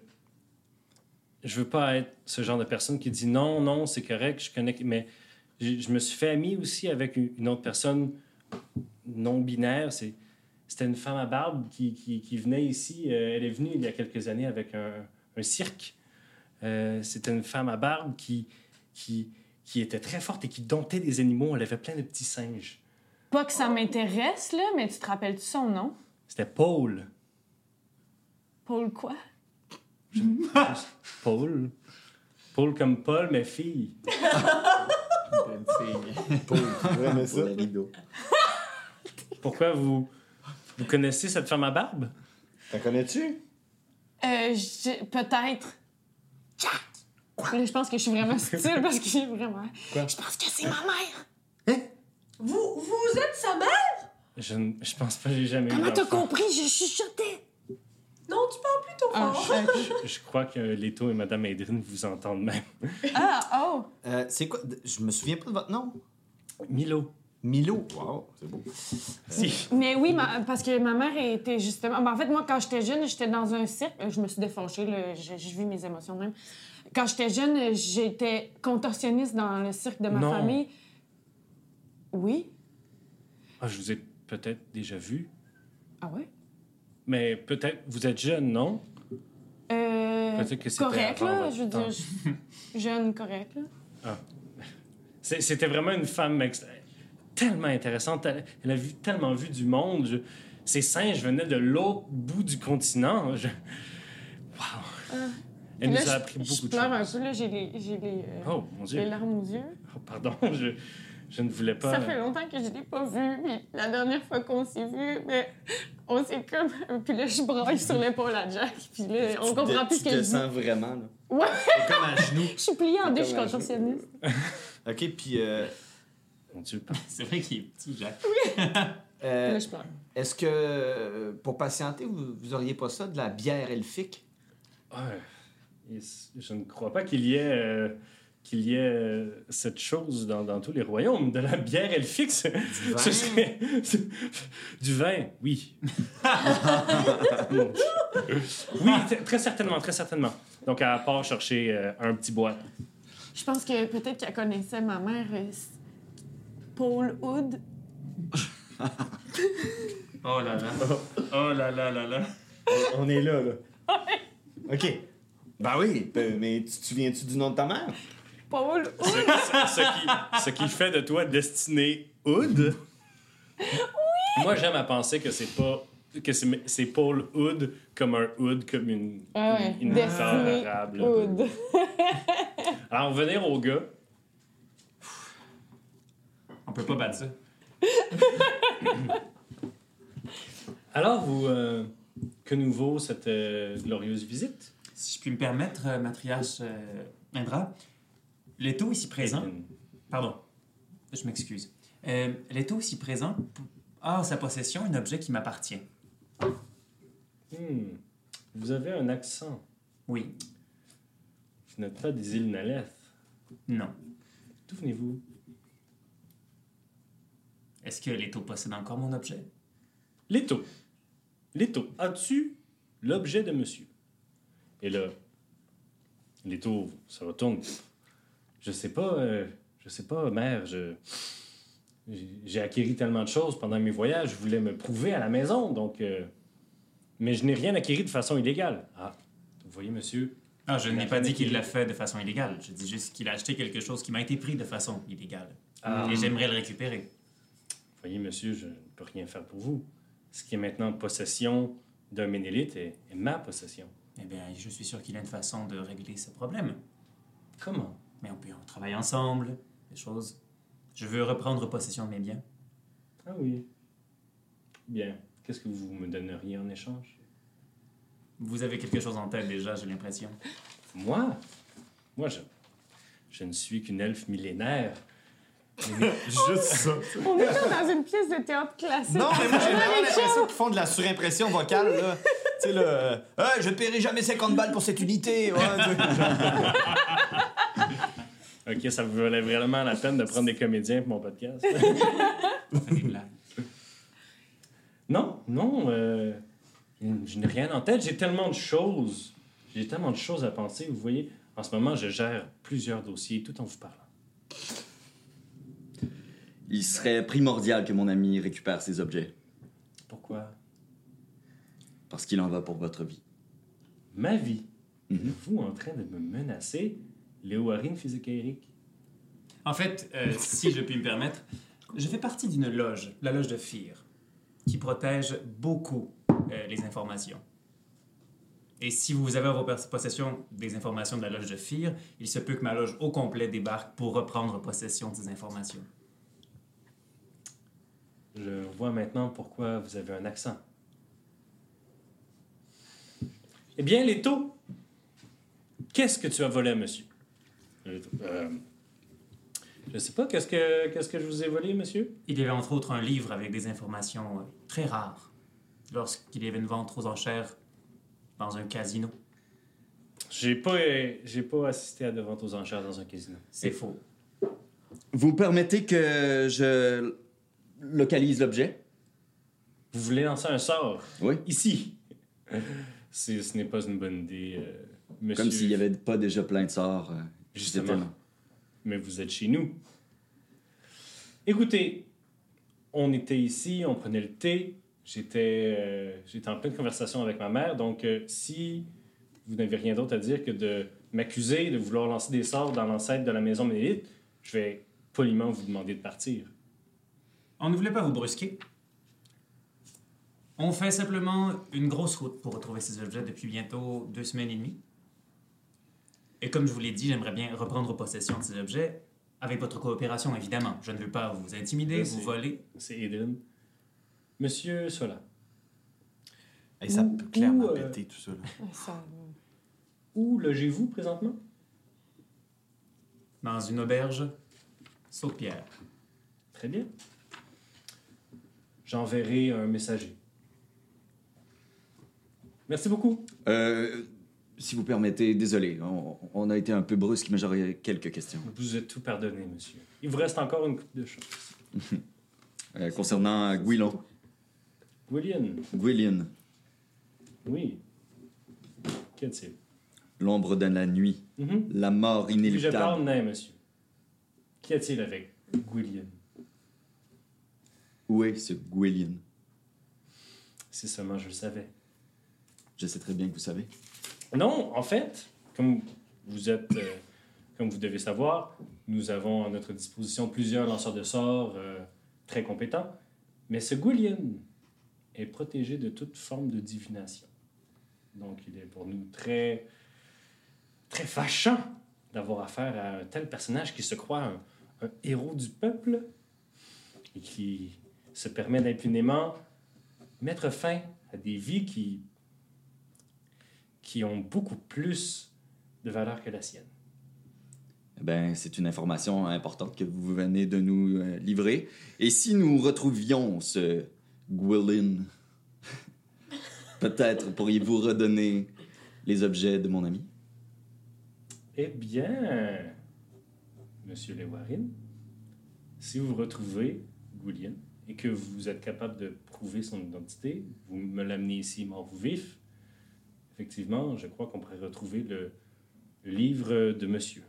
Speaker 1: Je veux pas être ce genre de personne qui dit non, non, c'est correct, je connais. Mais je, je me suis fait ami aussi avec une une autre personne non binaire. C'est, c'était une femme à barbe qui, qui- qui venait ici. euh, elle est venue il y a quelques années avec un, un cirque. Euh, c'était une femme à barbe qui, qui, qui était très forte et qui domptait des animaux. Elle avait plein de petits singes.
Speaker 5: Pas que ça m'intéresse, là, mais tu te rappelles-tu son nom?
Speaker 1: C'était Paul.
Speaker 5: Paul quoi?
Speaker 1: Paul. Paul comme Paul, mais fille.
Speaker 6: Vraiment
Speaker 4: Pour les rideaux.
Speaker 1: Pourquoi vous. Vous connaissez cette femme à barbe?
Speaker 6: T'en connais-tu?
Speaker 5: Euh, je- peut-être. Jack! Là, je pense que je suis
Speaker 6: *laughs*
Speaker 5: vraiment stupide parce que j'ai vraiment. Je pense que c'est ma mère!
Speaker 2: Vous, vous êtes sa mère?
Speaker 1: Je, ne- je pense pas que j'ai jamais eu
Speaker 5: Comment t'as
Speaker 1: d'enfant.
Speaker 5: compris? Je chuchotais!
Speaker 2: Non, tu parles plus trop
Speaker 5: Ah,
Speaker 2: fort.
Speaker 5: je-
Speaker 1: Je, je crois que Leto et Madame Adrine vous entendent même.
Speaker 5: *laughs* ah, oh!
Speaker 6: Euh, c'est quoi? Je me souviens pas de votre nom.
Speaker 1: Milo.
Speaker 6: Milo. Wow, c'est beau.
Speaker 1: Si.
Speaker 5: Mais oui, ma- parce que ma mère était justement. ben, en fait, moi, quand j'étais jeune, j'étais dans un cirque. Euh, Je me suis défonchée, là. Je, je vis mes émotions de même. Quand j'étais jeune, euh, j'étais contorsionniste dans le cirque de ma
Speaker 1: Non.
Speaker 5: famille. Oui?
Speaker 1: Ah, je vous ai peut-être déjà vu.
Speaker 5: Ah ouais?
Speaker 1: Mais peut-être. Vous êtes jeune, non?
Speaker 5: Euh,
Speaker 1: Peut-être que c'était
Speaker 5: correct,
Speaker 1: avant
Speaker 5: là.
Speaker 1: votre
Speaker 5: Je veux
Speaker 1: temps.
Speaker 5: dire, je- jeune, correct, là.
Speaker 1: C'est- C'était vraiment une femme ex- tellement intéressante. Elle, elle a vu, tellement vu du monde. Je- ses singes venaient de l'autre bout du continent. Je- Wow. Elle
Speaker 5: Ah. Là,
Speaker 1: nous a
Speaker 5: je-
Speaker 1: appris beaucoup
Speaker 5: Je
Speaker 1: de
Speaker 5: pleure un
Speaker 1: choses.
Speaker 5: peu, là. J'ai les, j'ai les, euh,
Speaker 1: Oh, mon
Speaker 5: les
Speaker 1: Dieu.
Speaker 5: larmes aux yeux.
Speaker 1: Oh, pardon, *laughs* je, je ne voulais pas...
Speaker 5: Ça fait longtemps que je l'ai pas vu, puis la dernière fois qu'on s'est vu, mais on s'est comme. *laughs* Puis là, je braille sur l'épaule à Jack, puis là, Euh, on
Speaker 6: Tu
Speaker 5: comprend
Speaker 6: te-
Speaker 5: plus ce
Speaker 6: tu
Speaker 5: qu'elle
Speaker 6: te
Speaker 5: dit.
Speaker 6: sens vraiment, là.
Speaker 5: Ouais,
Speaker 3: T'es comme à genoux.
Speaker 5: je suis pliée *laughs* en deux, je suis
Speaker 6: Comme un
Speaker 5: contorsionniste.
Speaker 6: OK, puis euh,
Speaker 1: Mon Dieu, pardon.
Speaker 3: C'est vrai qu'il est petit, Jacques.
Speaker 6: euh,
Speaker 5: Là, je pleure.
Speaker 6: est-ce que euh, pour patienter, vous, vous auriez pas ça de la bière
Speaker 5: *laughs*
Speaker 6: elfique?
Speaker 1: Ah, et c- je ne crois pas qu'il y ait... euh, qu'il y ait euh, cette chose dans, dans tous les royaumes, de la bière elfique. ce-
Speaker 6: Du vin?
Speaker 1: ce serait- du vin, *laughs* oui. Mon Dieu. oui, t- très certainement, très certainement. Donc, à part chercher euh, un petit bois.
Speaker 5: Je pense que peut-être qu'elle connaissait ma mère, euh, Paul Hood.
Speaker 7: Oh là
Speaker 3: *laughs*
Speaker 7: là. Oh là là là là.
Speaker 6: On est là, là. OK. Ben oui, ben, mais tu te souviens-tu du nom de ta mère?
Speaker 5: Paul Hood.
Speaker 1: Ce, ce- ce qui, ce qui fait de toi destiné Hood. Moi, j'aime à penser que c'est pas que c'est c'est Paul Hood comme un Hood, comme une,
Speaker 5: Ah ouais,
Speaker 1: une, une guitare
Speaker 5: destiné
Speaker 1: arabe. là.
Speaker 5: Hood.
Speaker 1: Alors, on va venir au gars.
Speaker 3: On peut pas battre ça.
Speaker 1: Alors, vous, euh, que nous vaut cette euh, glorieuse visite?
Speaker 3: Si je puis me permettre, euh, Matriarche euh, Indra, Leto ici présent.
Speaker 1: Hein?
Speaker 3: Pardon, je m'excuse. Euh, Leto ici présent a en sa possession un objet qui m'appartient.
Speaker 1: Hmm. Vous avez un accent.
Speaker 3: Oui,
Speaker 1: Vous n'êtes pas des îles Naleth.
Speaker 3: non.
Speaker 1: D'où venez-vous?
Speaker 3: Est-ce que Leto possède encore mon objet
Speaker 1: Leto. Leto, as-tu l'objet de monsieur? Et là, Leto se retourne. Je sais pas, euh, je sais pas, mère, je. j'ai- J'ai acquis tellement de choses pendant mes voyages, je voulais me prouver à la maison, donc. euh, mais je n'ai rien acquis de façon illégale. Ah, vous voyez, monsieur,
Speaker 3: Ah, je n'ai pas dit qu'il
Speaker 1: qu'il-
Speaker 3: l'a fait de façon illégale. Je dis juste qu'il a acheté quelque chose qui m'a été pris de façon illégale.
Speaker 1: Ah.
Speaker 3: Et j'aimerais le récupérer.
Speaker 1: vous voyez, monsieur, je ne peux rien faire pour vous. Ce qui est maintenant possession d'un Ménélite est- est ma possession.
Speaker 3: Eh bien, je suis sûr qu'il a une façon de régler ce problème.
Speaker 1: Comment?
Speaker 3: Mais on peut en travailler ensemble, des choses. Je veux reprendre possession de mes biens.
Speaker 1: Ah oui. Bien. Qu'est-ce que vous me donneriez en échange?
Speaker 3: Vous avez quelque chose en tête déjà, j'ai l'impression.
Speaker 1: Moi? Moi, je, je ne suis qu'une elfe millénaire Juste ça.
Speaker 5: On est genre dans une pièce de théâtre classique.
Speaker 6: Non, mais moi, j'ai
Speaker 5: Vraiment,
Speaker 6: vraiment
Speaker 5: les
Speaker 6: l'impression qu'ils font de la surimpression vocale, là. Tu sais, le. Ah, je ne paierai jamais 50 balles pour cette unité. Ouais, tu sais.
Speaker 1: OK, ça valait vraiment la peine de prendre des comédiens pour mon *laughs* podcast.
Speaker 3: Fais des blagues.
Speaker 1: non, non, euh, je n'ai rien en tête. J'ai tellement de choses. J'ai tellement de choses à penser. Vous voyez, en ce moment, je gère plusieurs dossiers tout en vous parlant.
Speaker 4: Il serait primordial que mon ami récupère ces objets,
Speaker 1: Pourquoi?
Speaker 4: parce qu'il en va pour votre vie.
Speaker 1: Ma vie.
Speaker 4: Mhm.
Speaker 1: Vous en train de me menacer, Léo Harine, physique Eric.
Speaker 3: En fait, euh, si je puis me permettre, je fais partie d'une loge, la loge de Fir, qui protège beaucoup euh, les informations. Et si vous avez en vos pers- possessions des informations de la loge de Fir, il se peut que ma loge au complet débarque pour reprendre possession de ces informations.
Speaker 1: Je vois maintenant pourquoi vous avez un accent. Eh bien, Leto, qu'est-ce que tu as volé à monsieur? Leto, euh, je ne sais pas, qu'est-ce que, qu'est-ce que je vous ai volé, monsieur?
Speaker 3: Il y avait entre autres un livre avec des informations euh, très rares lorsqu'il y avait une vente aux enchères dans un casino.
Speaker 1: J'ai pas, euh, j'ai pas assisté à de vente aux enchères dans un casino.
Speaker 3: C'est faux.
Speaker 4: Vous permettez que je localise l'objet
Speaker 1: Vous voulez lancer un sort?
Speaker 4: Oui.
Speaker 1: Ici! *laughs* C'est- ce n'est pas une bonne idée, euh, monsieur.
Speaker 4: Comme s'il n'y avait pas déjà plein de sorts. euh,
Speaker 1: Justement.
Speaker 4: c'était-
Speaker 1: mais vous êtes chez nous. Écoutez, on était ici, on prenait le thé, j'étais euh, j'étais en pleine conversation avec ma mère, donc euh, si vous n'avez rien d'autre à dire que de m'accuser de vouloir lancer des sorts dans l'enceinte de la maison Ménélite, je vais poliment vous demander de partir.
Speaker 3: On ne voulait pas vous brusquer. On fait simplement une grosse route pour retrouver ces objets depuis bientôt deux semaines et demie. Et comme je vous l'ai dit, j'aimerais bien reprendre possession de ces objets avec votre coopération, évidemment. Je ne veux pas vous intimider,
Speaker 1: Merci.
Speaker 3: vous voler.
Speaker 1: C'est Edrin. Monsieur Sola,
Speaker 6: *laughs* Hey, ça
Speaker 1: Ou-
Speaker 6: peut clairement
Speaker 1: ou, euh,
Speaker 6: péter, tout ça. là.
Speaker 5: gens- Ça-
Speaker 1: où logez-vous présentement?
Speaker 3: dans une auberge Saute-Pierre.
Speaker 1: Très bien. J'enverrai un messager. Merci beaucoup.
Speaker 4: Euh, si vous permettez, désolé, on, on a été un peu brusque, mais j'aurais quelques questions.
Speaker 1: Vous êtes tout pardonné, monsieur. Il vous reste encore une coupe de choses.
Speaker 4: Euh, concernant euh, Guilon.
Speaker 1: William,
Speaker 4: Guilin,
Speaker 1: oui. Qu'est-il?
Speaker 4: l'ombre dans la nuit,
Speaker 1: Mhm.
Speaker 4: la mort
Speaker 1: Puis Je parle
Speaker 4: inéluctable.
Speaker 1: nain, monsieur. Qu'y a-t-il avec William?
Speaker 4: Où est ce Guilin
Speaker 1: Si seulement je le savais.
Speaker 4: Je sais très bien que vous savez.
Speaker 1: Non, en fait, comme vous êtes, euh, comme vous devez savoir, nous avons à notre disposition plusieurs lanceurs de sorts euh, très compétents, mais ce Goulian est protégé de toute forme de divination. Donc, il est pour nous très, très fâchant d'avoir affaire à un tel personnage qui se croit un, un héros du peuple et qui se permet d'impunément mettre fin à des vies qui qui ont beaucoup plus de valeur que la sienne.
Speaker 4: Eh Ben, c'est une information importante que vous venez de nous euh, livrer. Et si nous retrouvions ce Guilin, *laughs* peut-être pourriez-vous redonner les objets de mon ami
Speaker 1: Eh bien, Monsieur Lewarin, si vous retrouvez Goulian et que vous êtes capable de prouver son identité, vous me l'amenez ici mort ou vif, effectivement, je crois qu'on pourrait retrouver le livre de monsieur.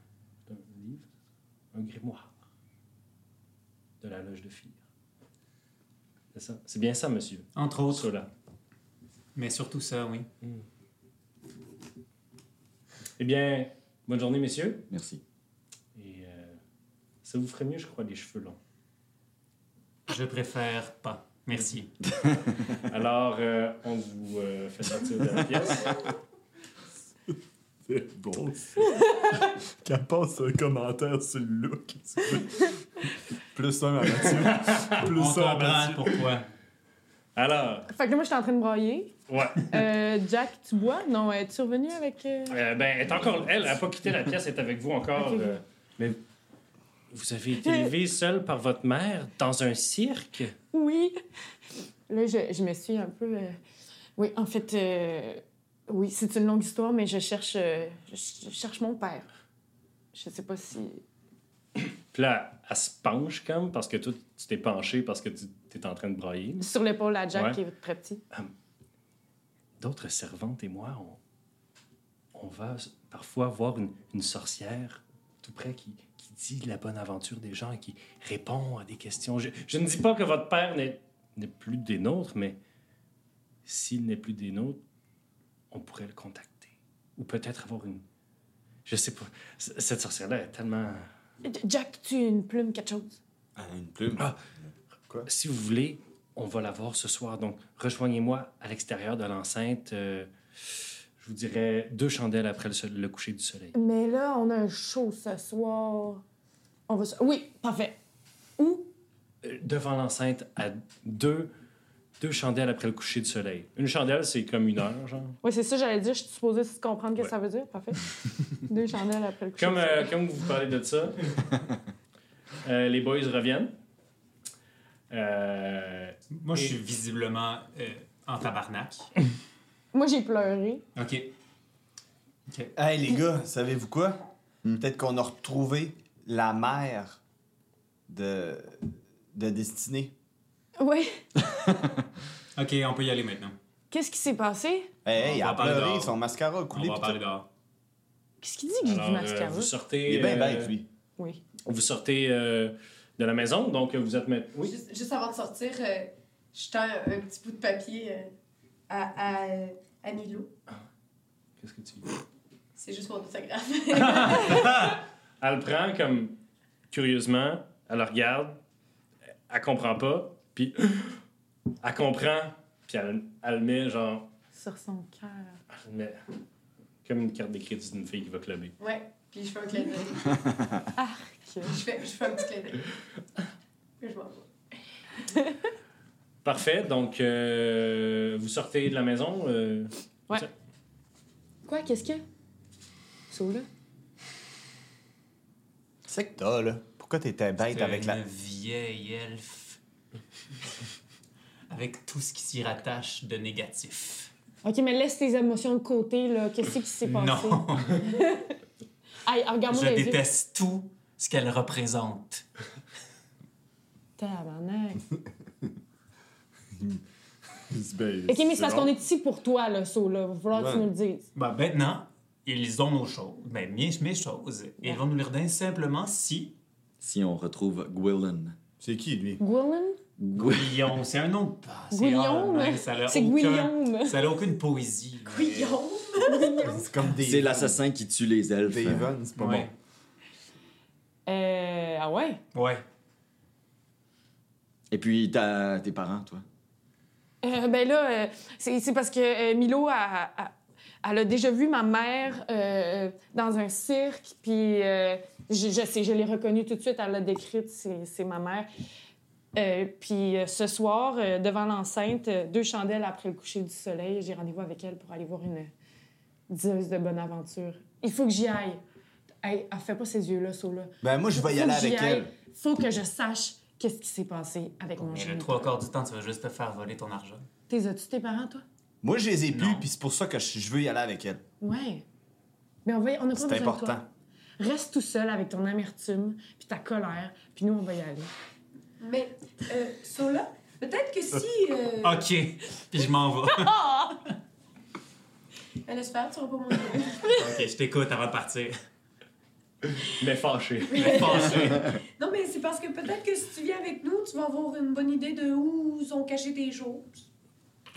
Speaker 1: Un livre Un grimoire de la loge de Fire. C'est ça C'est bien ça, monsieur.
Speaker 3: Entre autres,
Speaker 1: Cela.
Speaker 3: mais surtout ça, oui.
Speaker 1: Eh bien, bonne journée, messieurs.
Speaker 4: Merci.
Speaker 1: Et euh, ça vous ferait mieux, je crois, les cheveux longs.
Speaker 3: Je préfère pas. Merci.
Speaker 1: Alors, euh, on vous euh, fait sortir de la pièce.
Speaker 8: *laughs* Bon. Qu'elle passe un commentaire sur le look. tu sais. plus un à Mathieu. Plus
Speaker 3: On
Speaker 8: un à
Speaker 3: comprend
Speaker 8: Mathieu.
Speaker 3: pourquoi.
Speaker 1: Alors,
Speaker 5: Fait que là, moi, j'étais en train de broyer.
Speaker 1: ouais.
Speaker 5: Euh, Jack, tu bois? Non, es-tu revenu avec... euh,
Speaker 1: Euh, ben, elle est encore. Elle n'a pas quitté la pièce, elle est avec vous encore.
Speaker 5: Ok.
Speaker 1: euh, mais Vous avez été élevé seul par votre mère dans un cirque?
Speaker 5: Oui. Là, je, je me suis un peu. euh, Oui, en fait, euh, oui, c'est une longue histoire, mais je cherche, euh, je, je cherche mon père. Je sais pas si.
Speaker 1: Puis là, elle se penche comme parce que toi, tu t'es penché parce que tu es en train de brailler.
Speaker 5: Sur l'épaule à Jack
Speaker 1: Ouais.
Speaker 5: qui est très petit.
Speaker 1: D'autres servantes et moi, on, on va s- parfois voir une, une sorcière tout près qui, qui dit la bonne aventure des gens et qui répond à des questions. Je, je ne dis pas que votre père n'est n'est plus des nôtres, mais s'il n'est plus des nôtres, on pourrait le contacter. Ou peut-être avoir une... Je sais pas. C- Cette sorcière-là est tellement...
Speaker 5: Jack, tu as une plume, quelque chose.
Speaker 6: une plume.
Speaker 1: Si vous voulez, on va la voir ce soir. Donc, rejoignez-moi à l'extérieur de l'enceinte. euh, je vous dirais deux chandelles après le, sol- le coucher du soleil.
Speaker 5: Mais là, on a un show ce soir. On va. se- Oui, parfait. Où?
Speaker 1: Euh, Devant l'enceinte, à deux, deux chandelles après le coucher du soleil. Une chandelle, c'est comme une heure, genre.
Speaker 5: Oui, c'est ça, j'allais dire. Je suis supposée comprendre ce que
Speaker 1: Ouais.
Speaker 5: ça veut dire.
Speaker 1: *laughs*
Speaker 5: Parfait. Deux chandelles après le coucher.
Speaker 1: Comme,
Speaker 5: du
Speaker 1: euh,
Speaker 5: soleil.
Speaker 1: comme vous parlez de ça, euh, les boys reviennent. Euh,
Speaker 3: Moi, je suis visiblement euh, en tabarnak.
Speaker 5: Moi, j'ai pleuré.
Speaker 3: OK.
Speaker 6: Hey les gars, savez-vous quoi? Peut-être qu'on a retrouvé la mère de, de Destinée.
Speaker 5: Oui.
Speaker 3: OK, on peut y aller maintenant.
Speaker 5: Qu'est-ce qui s'est passé?
Speaker 6: Hey,
Speaker 3: On
Speaker 6: elle
Speaker 3: va
Speaker 6: a
Speaker 3: parler
Speaker 6: pleuré,
Speaker 3: dehors.
Speaker 6: son mascara a
Speaker 3: On
Speaker 6: coulé.
Speaker 3: va
Speaker 6: pis
Speaker 3: en parler dehors.
Speaker 5: Qu'est-ce qu'il dit que j'ai
Speaker 1: alors,
Speaker 5: du
Speaker 1: euh,
Speaker 5: mascara?
Speaker 1: vous
Speaker 6: tout.
Speaker 1: sortez.
Speaker 6: Il est
Speaker 1: euh,
Speaker 6: bien bête, lui.
Speaker 5: Oui.
Speaker 1: Vous sortez euh, de la maison, donc vous êtes maintenant. Oui.
Speaker 2: Juste, juste avant de sortir, euh, j'étais un, un petit bout de papier euh, à, à, à Milo.
Speaker 1: Qu'est-ce que tu
Speaker 2: C'est juste mon autographe.
Speaker 3: *laughs*
Speaker 1: Elle le prend comme curieusement, elle le regarde, elle comprend pas, puis elle comprend, puis elle, elle le met genre,
Speaker 5: Sur son cœur.
Speaker 1: elle le met comme une carte de crédit d'une fille qui va clubber.
Speaker 2: ouais, puis je fais un clin d'œil.
Speaker 5: Ok.
Speaker 2: Je fais, je fais un petit clin
Speaker 3: *laughs*
Speaker 2: d'œil. Puis Je m'en vais.
Speaker 1: Parfait, donc euh, vous sortez de la maison. euh,
Speaker 5: Quoi? Qu'est-ce que? Sauve là?
Speaker 6: C'est que t'as, là. Pourquoi t'étais bête
Speaker 3: C'est
Speaker 6: avec la.
Speaker 3: Une vieille elfe. *laughs* avec tout ce qui s'y rattache de négatif.
Speaker 5: OK, mais laisse tes émotions de côté, là. Qu'est-ce qui s'est passé?
Speaker 3: Non,
Speaker 5: Hey, regarde-moi
Speaker 3: je
Speaker 5: les yeux.
Speaker 3: déteste tout ce qu'elle représente.
Speaker 5: Tabarnak.
Speaker 8: Ben,
Speaker 5: OK, mais c'est parce
Speaker 8: bon.
Speaker 5: qu'on est ici pour toi, là, Saul, là. Va falloir que tu
Speaker 6: Ouais.
Speaker 5: nous le dises.
Speaker 3: Ben, maintenant, ils ont nos choses, ben, mes, mes choses. Et Ils vont nous les redonner simplement si
Speaker 4: Si on retrouve Gwillen.
Speaker 6: C'est qui, lui?
Speaker 5: Gwillen?
Speaker 3: Guillon, c'est un nom de ah, c'est-
Speaker 5: Guillaume?
Speaker 3: ah, ouais, ça a
Speaker 5: C'est
Speaker 3: aucun-
Speaker 5: Guillaume.
Speaker 3: Ça n'a aucune poésie. là.
Speaker 2: Couillon!
Speaker 6: Euh, C'est comme des.
Speaker 4: C'est l'assassin qui tue les elfes.
Speaker 6: Des Yvonne, c'est pas
Speaker 3: Ouais.
Speaker 5: Euh, ah ouais?
Speaker 3: Ouais.
Speaker 4: Et puis, t'as tes parents, toi.
Speaker 5: Euh, ben là, euh, c'est c'est parce que euh, Milo, a, a- elle a déjà vu ma mère euh, dans un cirque, puis euh, je, je sais, je l'ai reconnue tout de suite, elle l'a décrite, c'est c'est ma mère. Euh, puis euh, ce soir, euh, devant l'enceinte, euh, deux chandelles après le coucher du soleil, j'ai rendez-vous avec elle pour aller voir une diseuse de bonne aventure. Il faut que j'y aille. Hey, elle fait pas ses yeux-là, Sola.
Speaker 6: bon. Ben, moi, je vais y
Speaker 5: Faut
Speaker 6: aller
Speaker 5: que j'y
Speaker 6: avec
Speaker 5: aille.
Speaker 6: elle.
Speaker 5: Faut que je sache qu'est-ce qui s'est passé avec mon
Speaker 3: Mais
Speaker 5: chien.
Speaker 3: le trois quarts du temps, tu vas juste te faire voler ton argent.
Speaker 5: T'es as-tu tes parents, toi?
Speaker 6: Moi, je les ai plus,
Speaker 3: Non.
Speaker 6: puis c'est pour ça que je, je veux y aller avec elle.
Speaker 5: Ouais. Mais on, va, y- on a pas
Speaker 6: C'est
Speaker 5: besoin de
Speaker 6: important.
Speaker 5: toi. Reste tout seul avec ton amertume, puis ta colère, puis nous, on va y aller.
Speaker 2: Mais, euh, Sola, peut-être que si. Euh,
Speaker 3: OK, *laughs* puis je m'en vais.
Speaker 2: Elle espère, tu auras pas mon numéro.
Speaker 3: *laughs* OK, je t'écoute avant de partir.
Speaker 1: Mais
Speaker 5: *laughs*
Speaker 1: fâché.
Speaker 3: Mais fâché.
Speaker 2: *laughs* Non, mais c'est parce que peut-être que si tu viens avec nous, tu vas avoir une bonne idée de où sont cachées tes choses.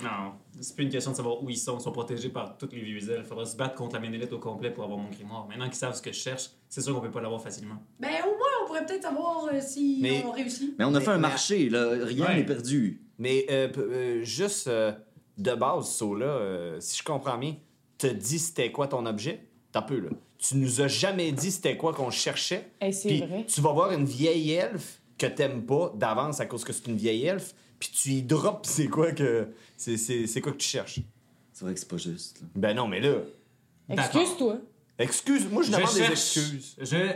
Speaker 3: Non, c'est plus une question de savoir où ils sont. Ils sont protégés par toutes les vieux elfes. Faudra se battre contre la Ménélite au complet pour avoir mon grimoire. Maintenant qu'ils savent ce que je cherche, c'est sûr qu'on peut pas l'avoir facilement.
Speaker 2: Ben, au moins, on pourrait peut-être savoir euh, si
Speaker 6: Mais-
Speaker 2: on réussit.
Speaker 4: Mais on a
Speaker 6: Mais-
Speaker 4: fait un
Speaker 6: mais-
Speaker 4: marché, là. Rien
Speaker 3: Ouais.
Speaker 4: n'est perdu.
Speaker 6: Mais euh, p- euh, juste euh, de base, Sola, euh, si je comprends bien, t'as dit c'était quoi ton objet? T'as peu, là. Tu nous as jamais dit c'était quoi qu'on cherchait.
Speaker 5: Hey, Eh, c'est
Speaker 6: Puis
Speaker 5: vrai.
Speaker 6: tu vas voir une vieille elfe que t'aimes pas d'avance à cause que c'est une vieille elfe, puis tu y drops *laughs* c'est quoi que c'est, c'est, c'est quoi que tu cherches.
Speaker 4: C'est vrai que c'est pas juste. là.
Speaker 6: Ben non, mais là,
Speaker 3: D'accord.
Speaker 5: Excuse-toi.
Speaker 6: excuse, moi je, demande
Speaker 3: cherche-
Speaker 6: des excuses.
Speaker 3: Je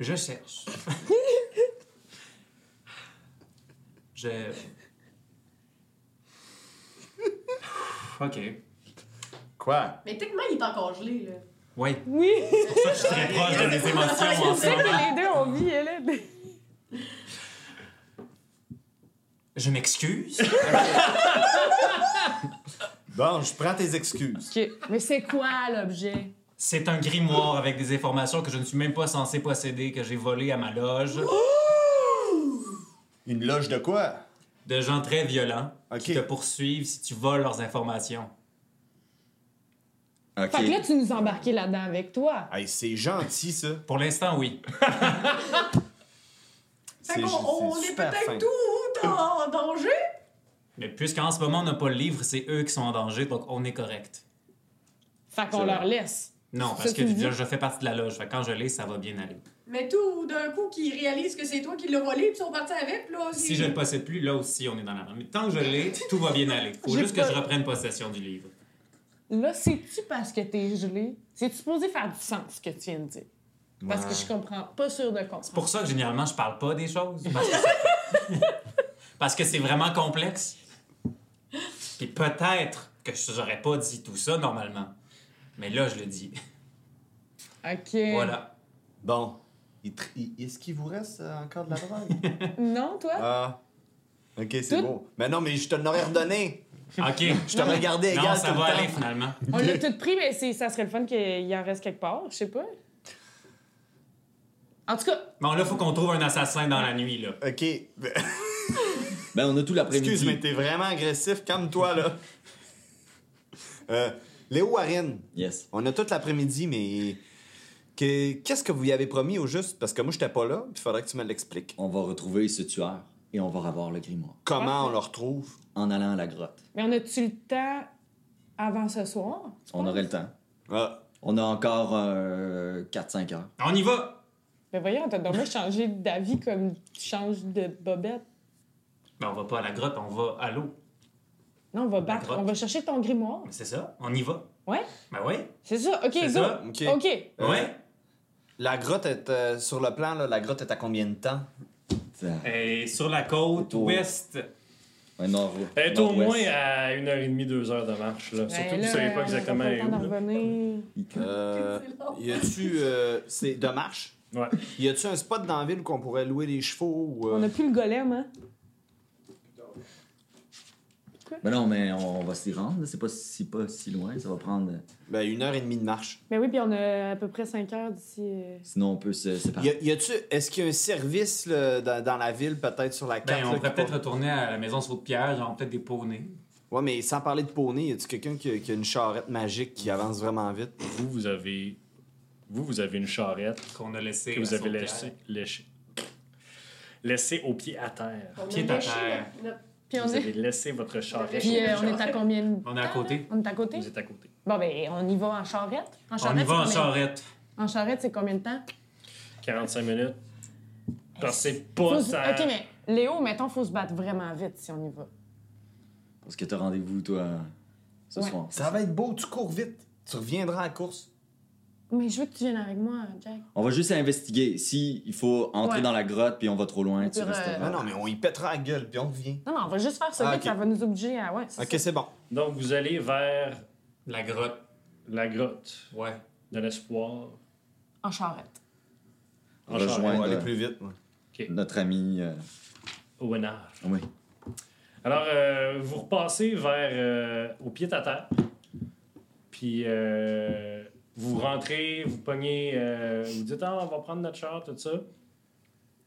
Speaker 3: Je cherche. je. Ok.
Speaker 6: Quoi?
Speaker 2: Mais techniquement, il est encore gelé, là.
Speaker 3: Oui.
Speaker 5: Oui!
Speaker 3: C'est pour ça que je suis très proche de mes émotions en
Speaker 5: Je
Speaker 3: ce
Speaker 5: sais
Speaker 3: moment.
Speaker 5: que les deux ont vie, Hélène.
Speaker 3: Je m'excuse.
Speaker 6: Bon, je prends tes excuses.
Speaker 5: OK. Mais c'est quoi l'objet?
Speaker 3: C'est un grimoire avec des informations que je ne suis même pas censé posséder, que j'ai volé à ma loge,
Speaker 6: Une loge de quoi?
Speaker 3: de gens très violents qui te
Speaker 6: Ok.
Speaker 3: poursuivent si tu voles leurs informations.
Speaker 4: Ok.
Speaker 5: Fait que là, tu nous embarquais là-dedans avec toi.
Speaker 6: Hey, c'est gentil, ça.
Speaker 3: Pour l'instant, oui.
Speaker 2: Fait
Speaker 6: C'est-
Speaker 2: qu'on
Speaker 6: c'est
Speaker 2: on est
Speaker 6: super fin.
Speaker 2: peut-être tout en danger.
Speaker 3: Mais puisqu'en ce moment, on n'a pas le livre, c'est eux qui sont en danger, donc on est correct.
Speaker 5: Fait qu'on
Speaker 4: C'est
Speaker 5: leur
Speaker 4: vrai.
Speaker 5: laisse.
Speaker 3: Non,
Speaker 5: Ça,
Speaker 3: parce
Speaker 5: tu
Speaker 3: que
Speaker 5: le dis?
Speaker 3: je, je fais partie de la loge. Fait que quand je l'ai, ça va bien aller.
Speaker 2: Mais tout d'un coup, qu'ils réalisent que c'est toi qui l'as volé, puis ils sont partis avec, là. *laughs* c'est-
Speaker 3: Si je ne le possède plus, là aussi, on est dans la merde. Mais tant que je l'ai, tout va bien aller. Faut
Speaker 5: J'ai
Speaker 3: juste
Speaker 5: pas-
Speaker 3: que je reprenne possession du livre.
Speaker 5: Là, c'est-tu parce que t'es gelé? C'est-tu supposé faire du sens, ce que tu viens de dire? Parce que je comprends. Pas sûr de comprendre.
Speaker 3: C'est pour ça que généralement, je parle pas des choses. Parce que, *laughs* parce que c'est vraiment complexe. Puis peut-être que je n'aurais pas dit tout ça normalement. Mais là, je le dis.
Speaker 5: OK.
Speaker 3: Voilà.
Speaker 6: Bon. Il tr- il- Est-ce qu'il vous reste euh, encore de la drogue?
Speaker 5: Non, toi?
Speaker 6: Ah. Ok, c'est
Speaker 5: Tout-
Speaker 6: bon. Mais non, mais je te l'aurais redonné.
Speaker 3: OK.
Speaker 6: *laughs* Je te regardais
Speaker 3: Non,
Speaker 6: égal
Speaker 3: ça
Speaker 6: tout
Speaker 3: va
Speaker 6: le temps.
Speaker 3: aller finalement.
Speaker 5: On l'a tout pris, mais c'est- ça serait le fun qu'il y en reste quelque part. Je sais pas. En tout cas,
Speaker 3: Bon, là, faut qu'on trouve un assassin dans la nuit, là.
Speaker 6: Ok.
Speaker 4: Ben, on a tout
Speaker 6: *laughs* Excuse, mais
Speaker 4: l'après-midi.
Speaker 6: t'es vraiment agressif, calme-toi, là. Euh, Léo Warren,
Speaker 4: Yes.
Speaker 6: on a toute l'après-midi, mais que- qu'est-ce que vous y avez promis au juste? Parce que moi, j'étais pas là, il faudrait que tu me l'expliques.
Speaker 4: On va retrouver ce tueur et on va revoir le grimoire
Speaker 6: Comment on le retrouve?
Speaker 4: en allant à la grotte.
Speaker 5: mais on a-tu le temps avant ce soir? tu
Speaker 4: On
Speaker 5: penses?
Speaker 4: aurait le temps.
Speaker 6: Ah,
Speaker 4: On a encore euh, 4-5 heures.
Speaker 3: On y va!
Speaker 5: Mais voyons, t'as dommage changé d'avis comme tu changes de bobette.
Speaker 3: Ben, on va pas à la grotte, on va à l'eau.
Speaker 5: Non, on va battre.
Speaker 3: grotte.
Speaker 5: On va chercher ton grimoire.
Speaker 3: Mais C'est ça, on y va.
Speaker 5: Ouais?
Speaker 3: Ben ouais,
Speaker 5: C'est ça. OK,
Speaker 3: C'est
Speaker 5: go.
Speaker 3: ça.
Speaker 6: OK.
Speaker 5: OK.
Speaker 6: Euh,
Speaker 3: ouais.
Speaker 6: La grotte est euh, sur le plan, là, la grotte est à combien de temps?
Speaker 4: Ça-
Speaker 3: Et sur la côte
Speaker 4: Autour.
Speaker 3: ouest, ben,
Speaker 4: Ouais, nord,
Speaker 1: Elle est au
Speaker 4: nord-ouest.
Speaker 1: moins à 1h30, 2h de marche. Là. Surtout que
Speaker 5: Ben
Speaker 1: vous
Speaker 5: là,
Speaker 1: savez pas exactement
Speaker 5: on a pas le temps
Speaker 1: où.
Speaker 5: d'en
Speaker 1: là.
Speaker 5: revenir.
Speaker 6: Euh,
Speaker 2: C'est
Speaker 5: Oh.
Speaker 2: long.
Speaker 5: *laughs*
Speaker 6: y a-tu. euh, c'est de marche?
Speaker 1: Ouais.
Speaker 6: Y a-tu un spot dans la ville où qu'on pourrait louer des chevaux? ou, euh,
Speaker 5: On a plus le golem, hein?
Speaker 4: Ben non, mais on va s'y rendre. là. C'est pas si, pas si loin. Ça va prendre.
Speaker 6: ben, une heure et demie de marche.
Speaker 5: Mais Ben oui, puis on a à peu près 5 heures d'ici. euh.
Speaker 4: Sinon, on peut se
Speaker 6: Y
Speaker 4: séparer.
Speaker 6: a- y a-tu, est-ce qu'il y a un service là, dans, dans la ville, peut-être sur la
Speaker 3: ben,
Speaker 6: carte? là,
Speaker 3: on
Speaker 6: qui
Speaker 3: pourrait peut-être
Speaker 6: pourrait-
Speaker 3: retourner à la maison sur pierre, genre peut-être des poneys.
Speaker 6: Ouais, mais sans parler de poney, y a-tu quelqu'un qui, a- qui a une charrette magique qui avance vraiment vite?
Speaker 1: Vous, vous avez. Vous, vous avez une charrette
Speaker 3: qu'on a laissé.
Speaker 1: que vous avez
Speaker 3: à Sauterelle.
Speaker 1: laissée laissé, au pied à terre.
Speaker 2: On a
Speaker 3: Pied à
Speaker 2: lâché
Speaker 3: terre.
Speaker 2: notre- notre-
Speaker 5: Puis on
Speaker 1: Vous avez
Speaker 5: est.
Speaker 1: laissé votre charrette.
Speaker 5: Puis euh,
Speaker 1: au
Speaker 5: on
Speaker 1: pied
Speaker 5: est à combien de
Speaker 3: On est à
Speaker 5: temps,
Speaker 3: côté.
Speaker 5: là? On est à côté?
Speaker 1: Vous êtes à côté.
Speaker 5: Bon, ben, on y va en charrette. En
Speaker 3: On y
Speaker 5: charrette,
Speaker 3: va en
Speaker 5: c'est combien-
Speaker 3: charrette.
Speaker 5: en charrette, c'est combien de temps?
Speaker 1: 45 minutes. Pensez
Speaker 5: Faut
Speaker 1: pas
Speaker 5: se-
Speaker 1: ça.
Speaker 5: Ok, mais Léo, mettons, faut se battre vraiment vite si on y va.
Speaker 4: Parce que t'as rendez-vous, toi, ce
Speaker 5: Ouais.
Speaker 4: soir.
Speaker 6: Ça va être beau, tu cours vite. Tu reviendras à la course.
Speaker 5: Mais je veux que tu viennes avec moi, Jack.
Speaker 4: On va juste investiguer. Si il faut entrer
Speaker 5: Ouais.
Speaker 4: dans la grotte puis on va trop loin, tu
Speaker 5: Sur,
Speaker 4: restes
Speaker 5: euh,
Speaker 4: là.
Speaker 6: Ah, Non, non, mais on y pètera la gueule, puis on revient.
Speaker 5: Non, non, on va juste faire ça
Speaker 6: Ah,
Speaker 5: vite,
Speaker 6: ok.
Speaker 5: ça va nous obliger à. Ouais, c'est
Speaker 6: Ok, c'est bon.
Speaker 1: Donc, vous allez vers
Speaker 3: La grotte,
Speaker 1: la grotte
Speaker 3: ouais.
Speaker 1: de l'espoir.
Speaker 5: ça. En charrette.
Speaker 1: En
Speaker 6: On
Speaker 4: Rejoindre euh,
Speaker 1: charrette.
Speaker 6: va
Speaker 4: Ouais,
Speaker 6: aller
Speaker 4: ouais.
Speaker 6: plus vite. ouais.
Speaker 4: Notre ami. euh,
Speaker 1: Au Hénard.
Speaker 4: Oui.
Speaker 1: Alors, euh, vous repassez vers euh, au pied à terre. Puis euh, vous rentrez, vous pognez, euh, vous dites ah, on va prendre notre char, tout ça.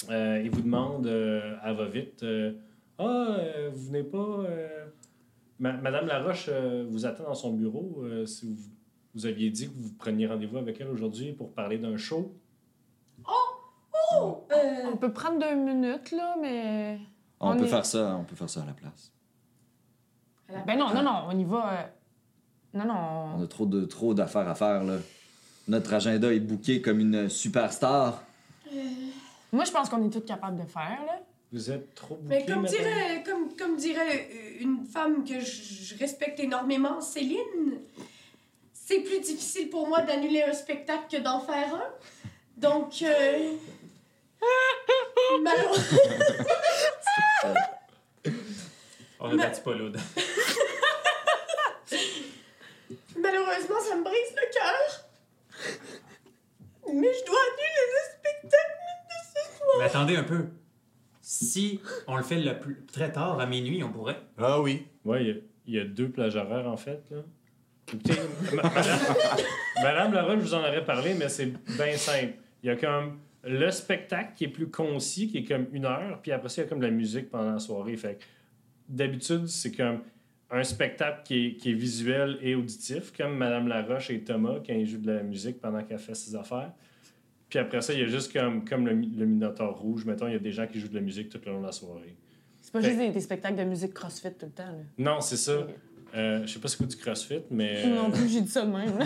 Speaker 1: Euh, il vous demande euh, à va vite euh, Ah, euh, vous venez pas. euh, Ma- Madame Laroche euh, vous attend dans son bureau. euh, si vous, vous aviez dit que vous preniez rendez-vous avec elle aujourd'hui pour parler d'un show.
Speaker 2: Oh! Euh,
Speaker 5: On peut prendre deux minutes, là, mais.
Speaker 4: On,
Speaker 5: On
Speaker 4: peut
Speaker 5: est-
Speaker 4: faire ça, on peut faire ça à la place.
Speaker 5: Ben non, non, non, on y va. euh, Non,
Speaker 4: On
Speaker 5: non.
Speaker 4: a trop de trop d'affaires à faire là. Notre agenda est booké comme une superstar.
Speaker 5: Moi, je pense qu'on est tous capables de faire, là.
Speaker 1: Vous êtes trop bouqués.
Speaker 2: Mais comme
Speaker 1: madame.
Speaker 2: dirait, comme, comme dirait une femme que je je respecte énormément, Céline, c'est plus difficile pour moi d'annuler un spectacle que d'en faire un. Donc, euh, Malheureusement.
Speaker 3: On ne battu pas l'aude.
Speaker 2: Malheureusement, ça me brise le cœur. Mais je dois annuler le spectacle de ce soir.
Speaker 3: *laughs* Mais attendez un peu. Si on le fait le plus- très tard, à minuit, on pourrait.
Speaker 6: Ah oui.
Speaker 1: Ouais, il y a- il y, a deux plages horaires, en fait. Là. *laughs* Écoutez, ma- madame, madame Laroche, je vous en aurais parlé, mais c'est bien simple. Il y a comme le spectacle qui est plus concis, qui est comme une heure, puis après ça, il y a comme de la musique pendant la soirée. Fait que d'habitude, c'est comme un spectacle qui est, qui est visuel et auditif, comme Madame Laroche et Thomas quand ils jouent de la musique pendant qu'elle fait ses affaires. Puis après ça, il y a juste comme, comme le, mi- le Minotaur rouge, mettons, il y a des gens qui jouent de la musique tout le long de la soirée.
Speaker 5: C'est pas juste des, des spectacles de musique crossfit tout le temps. Là.
Speaker 1: Non, c'est ça. Euh, je sais pas ce que du CrossFit, mais euh,
Speaker 5: Non plus, j'ai dit ça de même.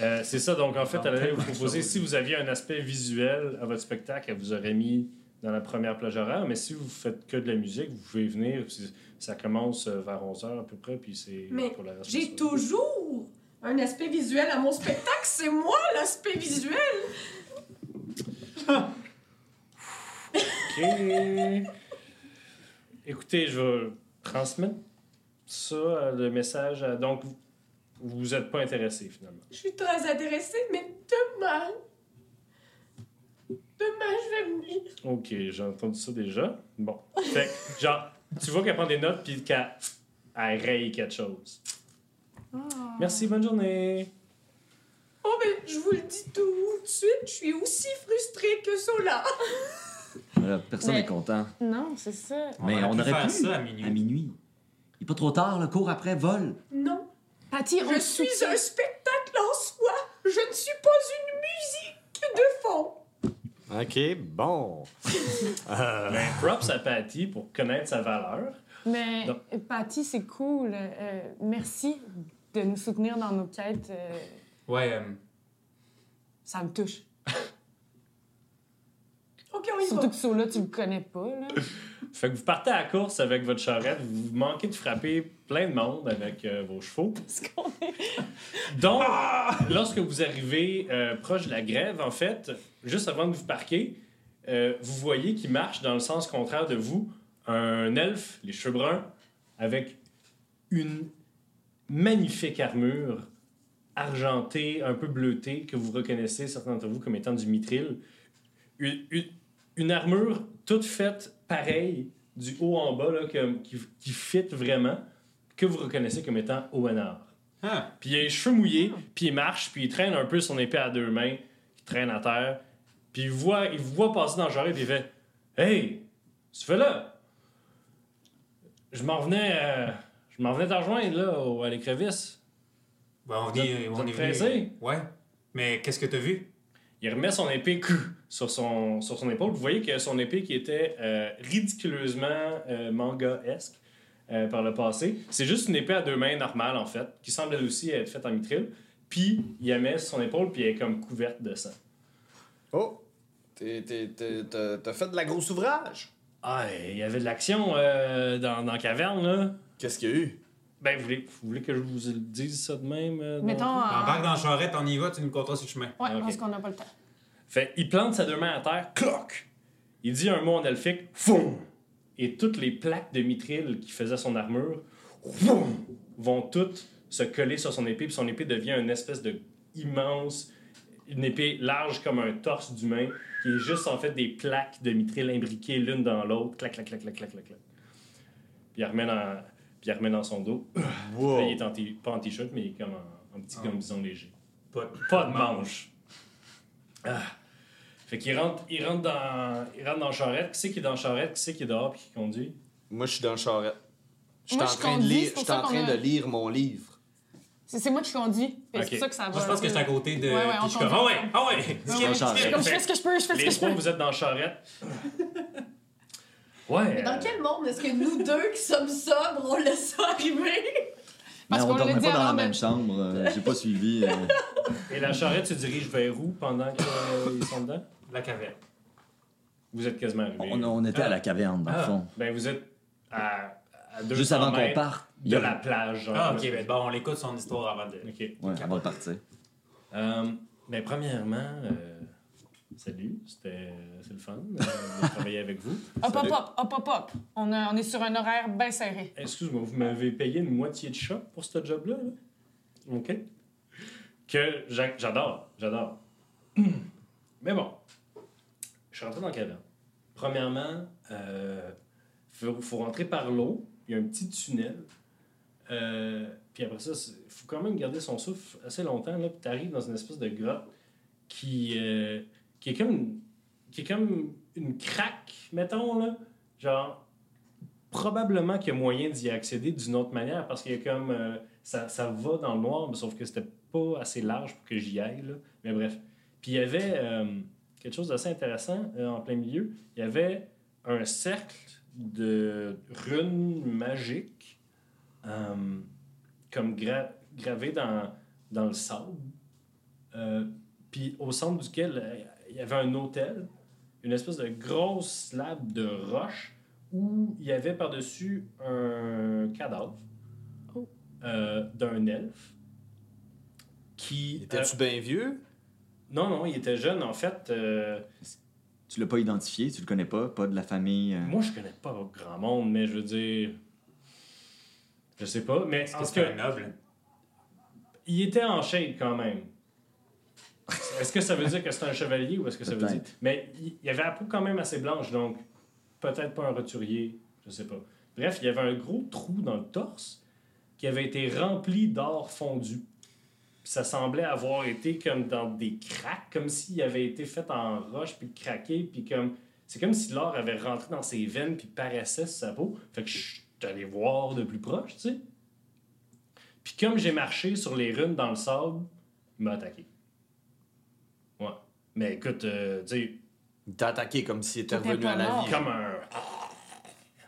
Speaker 1: euh, c'est ça. Donc, en fait,
Speaker 3: Non,
Speaker 1: elle allait vous
Speaker 3: tellement de
Speaker 1: proposer,
Speaker 3: choses.
Speaker 1: si vous aviez un aspect visuel à votre spectacle, elle vous aurait mis dans la première plage horaire, mais si vous faites que de la musique, vous pouvez venir. puis Ça commence euh, vers 11h à peu près, puis c'est
Speaker 2: Mais
Speaker 1: pour le reste de la soirée.
Speaker 2: J'ai toujours un aspect visuel à mon spectacle. C'est moi l'aspect visuel.
Speaker 1: OK. Écoutez, je vais transmettre ça, euh, le message. à- Donc, vous- vous n'êtes pas intéressé, finalement.
Speaker 2: Je suis très intéressée, mais demain. Demain, je vais venir.
Speaker 1: Ok, j'ai entendu ça déjà. Bon. Fait que, genre, tu vois qu'elle prend des notes puis qu'elle elle raye quelque chose. Merci, bonne journée.
Speaker 2: Oh, mais je vous le dis tout de suite, je suis aussi frustrée que Sola.
Speaker 4: Voilà, Euh, personne
Speaker 5: Mais-
Speaker 4: n'est content.
Speaker 5: non, c'est ça.
Speaker 4: Mais on aurait
Speaker 3: faire
Speaker 4: pu.
Speaker 3: ça à
Speaker 4: À
Speaker 3: minuit.
Speaker 4: minuit. Il est pas trop tard, le cours après, vol.
Speaker 2: Non,
Speaker 5: Patty, on
Speaker 2: je suis un spectacle en soi. Je ne suis pas une musique de fond.
Speaker 6: OK, bon.
Speaker 1: Ben, props à Patty pour connaître sa valeur.
Speaker 5: Mais
Speaker 1: Non.
Speaker 5: Patty, c'est cool. Euh, merci de nous soutenir dans nos quêtes. Euh,
Speaker 3: Ouais, euh,
Speaker 5: ça me touche.
Speaker 2: Ok, on y va.
Speaker 5: Surtout que Sola, tu le connais pas. *laughs* Là.
Speaker 1: Fait que vous partez à la course avec votre charrette, vous manquez de frapper plein de monde avec euh, vos chevaux.
Speaker 5: Parce qu'on est-
Speaker 1: Donc, lorsque vous arrivez euh, proche de la grève, en fait, juste avant de vous parquer, euh, vous voyez qu'il marche dans le sens contraire de vous un elfe, les cheveux bruns, avec une magnifique armure argentée, un peu bleutée, que vous reconnaissez, certains d'entre vous, comme étant du mithril. Une, une- une armure toute faite pareille, du haut en bas, là, comme- qui, qui fit vraiment, que vous reconnaissez comme étant Owenard.
Speaker 3: ah,
Speaker 1: Puis il a les cheveux mouillés, puis il marche, puis il traîne un peu son épée à deux mains, qui traîne à terre. Puis il voit, il vous voit passer dans le jarret, puis il fait Hey, tu fais là Je m'en venais, euh, je m'en venais te rejoindre, là, au- à l'écrevisse.
Speaker 3: bah, on,
Speaker 1: Vous
Speaker 3: est-
Speaker 1: êtes- vous
Speaker 3: on
Speaker 1: êtes
Speaker 3: est
Speaker 1: pressé?
Speaker 3: venu. Ouais. Mais qu'est-ce que t'as vu?
Speaker 1: Il remet son épée *laughs* cou, sur son, sur son épaule. Vous voyez que son épée qui était euh, ridiculeusement euh, manga-esque euh, par le passé, c'est juste une épée à deux mains normale en fait, qui semble elle aussi être faite en mithril. Puis il la met sur son épaule, puis elle est comme couverte de sang.
Speaker 6: Oh, t'es- t'es- t'es- t'as t'as fait de la grosse ouvrage.
Speaker 1: Ah, il y avait de l'action euh, dans, dans la caverne, là.
Speaker 6: Qu'est-ce qu'il y a eu?
Speaker 1: Ben, vous voulez, vous voulez que je vous le dise ça de même? euh, non?
Speaker 5: Mettons. euh,
Speaker 3: Embarque dans la charrette, on y va, tu nous compteras sur le chemin.
Speaker 5: Ouais,
Speaker 1: Ah, ok.
Speaker 5: parce qu'on n'a pas le temps.
Speaker 1: Fait, il plante sa deux mains à terre, cloc! Il dit un mot en elfique, foum! Et toutes les plaques de mithril qui faisaient son armure, foum! vont toutes se coller sur son épée, puis son épée devient une espèce de immense, une épée large comme un torse d'humain, qui est juste en fait des plaques de mithril imbriquées l'une dans l'autre, clac, clac, clac, clac, clac, clac, clac. Puis il remet dans, puis il remet dans son dos.
Speaker 6: Wow.
Speaker 1: Là, il est en t- pas en t-shirt, mais il est comme en, en petit
Speaker 3: Ah.
Speaker 1: gambison léger.
Speaker 3: Pas,
Speaker 1: Pas de manche. Ah. Fait qu'il rentre, il rentre dans, il rentre dans la charrette. Qui c'est qui est dans la charrette? Qui c'est qui est dehors puis qui conduit?
Speaker 6: Moi, je suis dans le charrette. Je suis
Speaker 5: Moi,
Speaker 6: en
Speaker 5: je
Speaker 6: train, de
Speaker 5: conduis,
Speaker 6: lire,
Speaker 5: c'est pour
Speaker 6: j'étais en
Speaker 5: ça qu'on
Speaker 6: train
Speaker 5: a-
Speaker 6: de lire mon livre.
Speaker 5: C'est c'est moi qui conduis. fait que C'est
Speaker 1: Ok.
Speaker 5: pour ça que ça va.
Speaker 3: Moi, je pense
Speaker 5: un
Speaker 3: que
Speaker 5: peu.
Speaker 3: j'étais à côté de.
Speaker 5: Ouais, ouais, on
Speaker 3: puis je suis comme,
Speaker 5: conduit.
Speaker 3: ah ouais,
Speaker 1: *laughs*
Speaker 3: ah ouais!
Speaker 4: C'est dans le charrette.
Speaker 5: Comme je fais ce que je peux, je fais ce
Speaker 1: Les
Speaker 5: que je
Speaker 1: trois,
Speaker 5: peux.
Speaker 1: vous êtes dans la charrette.
Speaker 2: *laughs*
Speaker 1: ouais.
Speaker 2: Dans
Speaker 1: euh,
Speaker 2: quel monde est-ce que nous deux qui sommes sobres, on laisse ça arriver?
Speaker 4: Mais
Speaker 5: Parce
Speaker 4: on
Speaker 5: qu'on l'a
Speaker 4: dormait
Speaker 5: dit
Speaker 4: pas dans
Speaker 5: avant
Speaker 4: la
Speaker 5: de-
Speaker 4: même chambre. euh, J'ai pas suivi. euh,
Speaker 1: Et la charrette se dirige vers où pendant qu'ils sont dedans?
Speaker 3: La caverne.
Speaker 1: Vous êtes quasiment arrivés.
Speaker 4: On, on était à la caverne, dans le
Speaker 3: Ah.
Speaker 4: fond.
Speaker 1: Ben, vous êtes à, à 200
Speaker 4: Juste avant qu'on
Speaker 1: mètres
Speaker 4: parte. il y
Speaker 1: de
Speaker 4: a-
Speaker 1: la plage. genre.
Speaker 3: Ah, ok, ben bon, on l'écoute son histoire avant de.
Speaker 1: OK.
Speaker 4: Ouais, on va partir.
Speaker 1: Euh, ben, premièrement, euh, Salut, c'était c'est le fun euh, de travailler avec vous.
Speaker 5: Hop, hop, hop, hop, hop, hop. On, a- on est sur un horaire bien serré.
Speaker 1: Excuse-moi, vous m'avez payé une moitié de chat pour ce job-là? là? OK. Que j'a- j'adore, j'adore. *clears throat* Mais bon, je suis rentré dans la caverne. Premièrement, il faut, faut rentrer par l'eau. Il y a un petit tunnel. Euh, puis après ça, il faut quand même garder son souffle assez longtemps. Là, puis t'arrives dans une espèce de grotte qui, euh, qui, est comme une, qui est comme une craque, mettons. Là. Genre, probablement qu'il y a moyen d'y accéder d'une autre manière parce qu'il y a comme. euh, ça, ça va dans le noir, mais sauf que c'était pas assez large pour que j'y aille. là. Mais bref. Puis il y avait euh, quelque chose d'assez intéressant euh, en plein milieu. Il y avait un cercle de runes magiques euh, comme gra- gravé dans, dans le sable. Euh, puis au centre duquel euh, il y avait un hôtel, une espèce de grosse slab de roche où il y avait par-dessus un cadavre
Speaker 5: Oh.
Speaker 1: euh, d'un elfe qui...
Speaker 6: Étais-tu
Speaker 1: euh,
Speaker 6: bien vieux?
Speaker 1: non, non, il était jeune, en fait. euh,
Speaker 4: Tu l'as pas identifié, tu le connais pas, pas de la famille. euh,
Speaker 1: moi, je connais pas grand monde, mais je veux dire... Je sais pas, mais
Speaker 7: Est-ce
Speaker 1: en
Speaker 7: que
Speaker 1: tout
Speaker 7: c'est
Speaker 1: cas,
Speaker 7: un noble?
Speaker 1: il était en shape quand même. Est-ce que ça veut dire que c'est un chevalier ou est-ce que ça veut dire...
Speaker 4: Peut-être.
Speaker 1: Mais il il avait la peau quand même assez blanche, donc peut-être pas un roturier, je sais pas. Bref, il y avait un gros trou dans le torse qui avait été rempli d'or fondu. Puis ça semblait avoir été comme dans des cracks, comme s'il avait été fait en roche, puis craqué, puis comme... C'est comme si l'or avait rentré dans ses veines, puis paraissait sur sa peau. Fait que je suis allé voir de plus proche, tu sais. Puis comme j'ai marché sur les runes dans le sable, il m'a attaqué. Ouais. Mais écoute, euh, tu sais,
Speaker 6: Il t'a attaqué comme s'il était
Speaker 5: T'étais
Speaker 6: revenu
Speaker 5: pas
Speaker 6: à la
Speaker 5: mort.
Speaker 6: vie.
Speaker 1: comme un...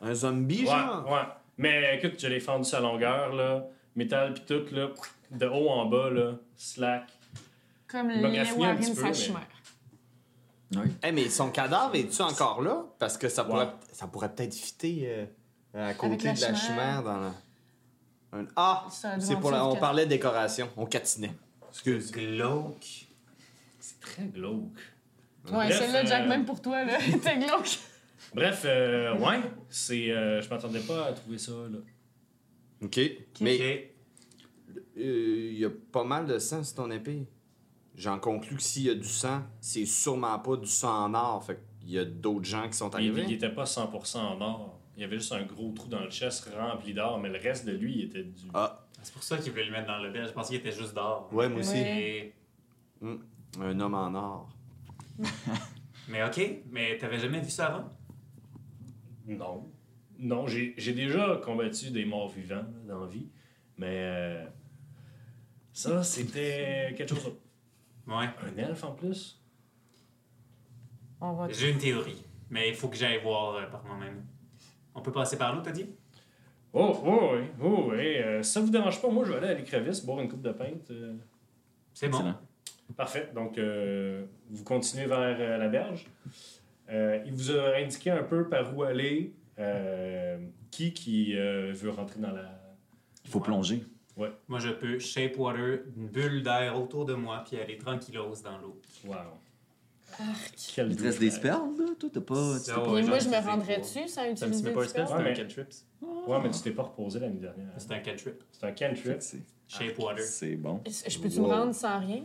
Speaker 6: Un zombie, genre?
Speaker 1: Ah, Ouais, ouais. Mais écoute, je l'ai fendu sa longueur, là. Métal pis tout, là. De haut en bas, là. Slack.
Speaker 5: Comme
Speaker 1: Il m'a
Speaker 5: les
Speaker 1: graffiné un
Speaker 5: Warren
Speaker 1: petit peu, mais-
Speaker 5: Sachemère.
Speaker 4: ouais.
Speaker 6: Eh, mais son cadavre, est-tu encore là? Parce que ça
Speaker 1: Ouais.
Speaker 6: pourrait, ça pourrait peut-être fitter euh, à côté
Speaker 5: la
Speaker 6: de la
Speaker 5: chimère.
Speaker 6: chimère dans la... un- Ah!
Speaker 5: Ça a dû
Speaker 6: C'est
Speaker 5: en
Speaker 6: pour la...
Speaker 5: faire
Speaker 6: On
Speaker 5: quatre.
Speaker 6: parlait de décoration. On catinait. Excuse.
Speaker 7: Glauque.
Speaker 1: C'est très glauque.
Speaker 5: Ouais,
Speaker 1: Bref,
Speaker 5: celle-là, Jack,
Speaker 1: euh,
Speaker 5: même pour toi, là, *laughs* t'es glauque.
Speaker 1: Bref, euh, ouais. C'est... euh, je m'attendais pas à trouver ça, là.
Speaker 6: OK. Mais euh, il y a pas mal de sang sur ton épée. J'en conclus que s'il y a du sang, c'est sûrement pas du sang en or. Fait qu'il y a d'autres gens qui sont
Speaker 1: Il, il
Speaker 6: arrivés.
Speaker 1: était pas 100% en or. Il y avait juste un gros trou dans le chest rempli d'or, mais le reste de lui, il était du...
Speaker 6: Ah.
Speaker 7: C'est pour ça qu'il voulait le mettre dans le bel. Je pensais qu'il était juste d'or.
Speaker 6: Ouais, moi aussi.
Speaker 5: Ouais.
Speaker 7: Et-
Speaker 6: Un homme en or.
Speaker 7: Mais ok, mais t'avais jamais vu ça avant?
Speaker 1: Non. Non, j'ai j'ai déjà combattu des morts vivants là, dans la vie, mais euh, ça, c'était quelque chose d'autre.
Speaker 7: Ouais.
Speaker 1: Un elfe en plus?
Speaker 5: On va...
Speaker 7: J'ai une théorie, mais il faut que j'aille voir euh, par moi-même. On peut passer par l'eau, t'as dit?
Speaker 1: Oh, oh, oui, oh, oui. euh, ça vous dérange pas, moi, je vais aller à l'écrevisse boire une coupe de pinte. euh.
Speaker 7: C'est bon.
Speaker 4: Excellent.
Speaker 1: Parfait. Donc, euh, vous continuez vers euh, la berge. Euh, il vous a indiqué un peu par où aller, euh, qui qui euh, veut rentrer dans la...
Speaker 4: Il faut plonger.
Speaker 7: Moi, je peux shape water, une bulle d'air autour de moi, puis aller tranquillos dans l'eau.
Speaker 1: Wow. Quel
Speaker 4: Il te reste des spells, là? Toi, t'as pas. tu-
Speaker 7: Ça, ouais,
Speaker 5: Et moi,
Speaker 7: j'en
Speaker 5: je me
Speaker 7: ai
Speaker 5: rendrais
Speaker 7: trois.
Speaker 5: dessus sans
Speaker 7: Ça me
Speaker 5: utiliser
Speaker 7: met
Speaker 5: de
Speaker 7: pas un spell, c'est
Speaker 1: Ouais,
Speaker 7: un
Speaker 1: mais- Ah.
Speaker 7: cantrip. ça.
Speaker 1: Ouais, mais tu t'es pas reposé l'année dernière.
Speaker 7: C'est un cantrip.
Speaker 1: C'est un cantrip.
Speaker 4: C'est
Speaker 7: Shape water.
Speaker 4: c'est bon.
Speaker 5: spell. Je peux-tu me rendre sans rien?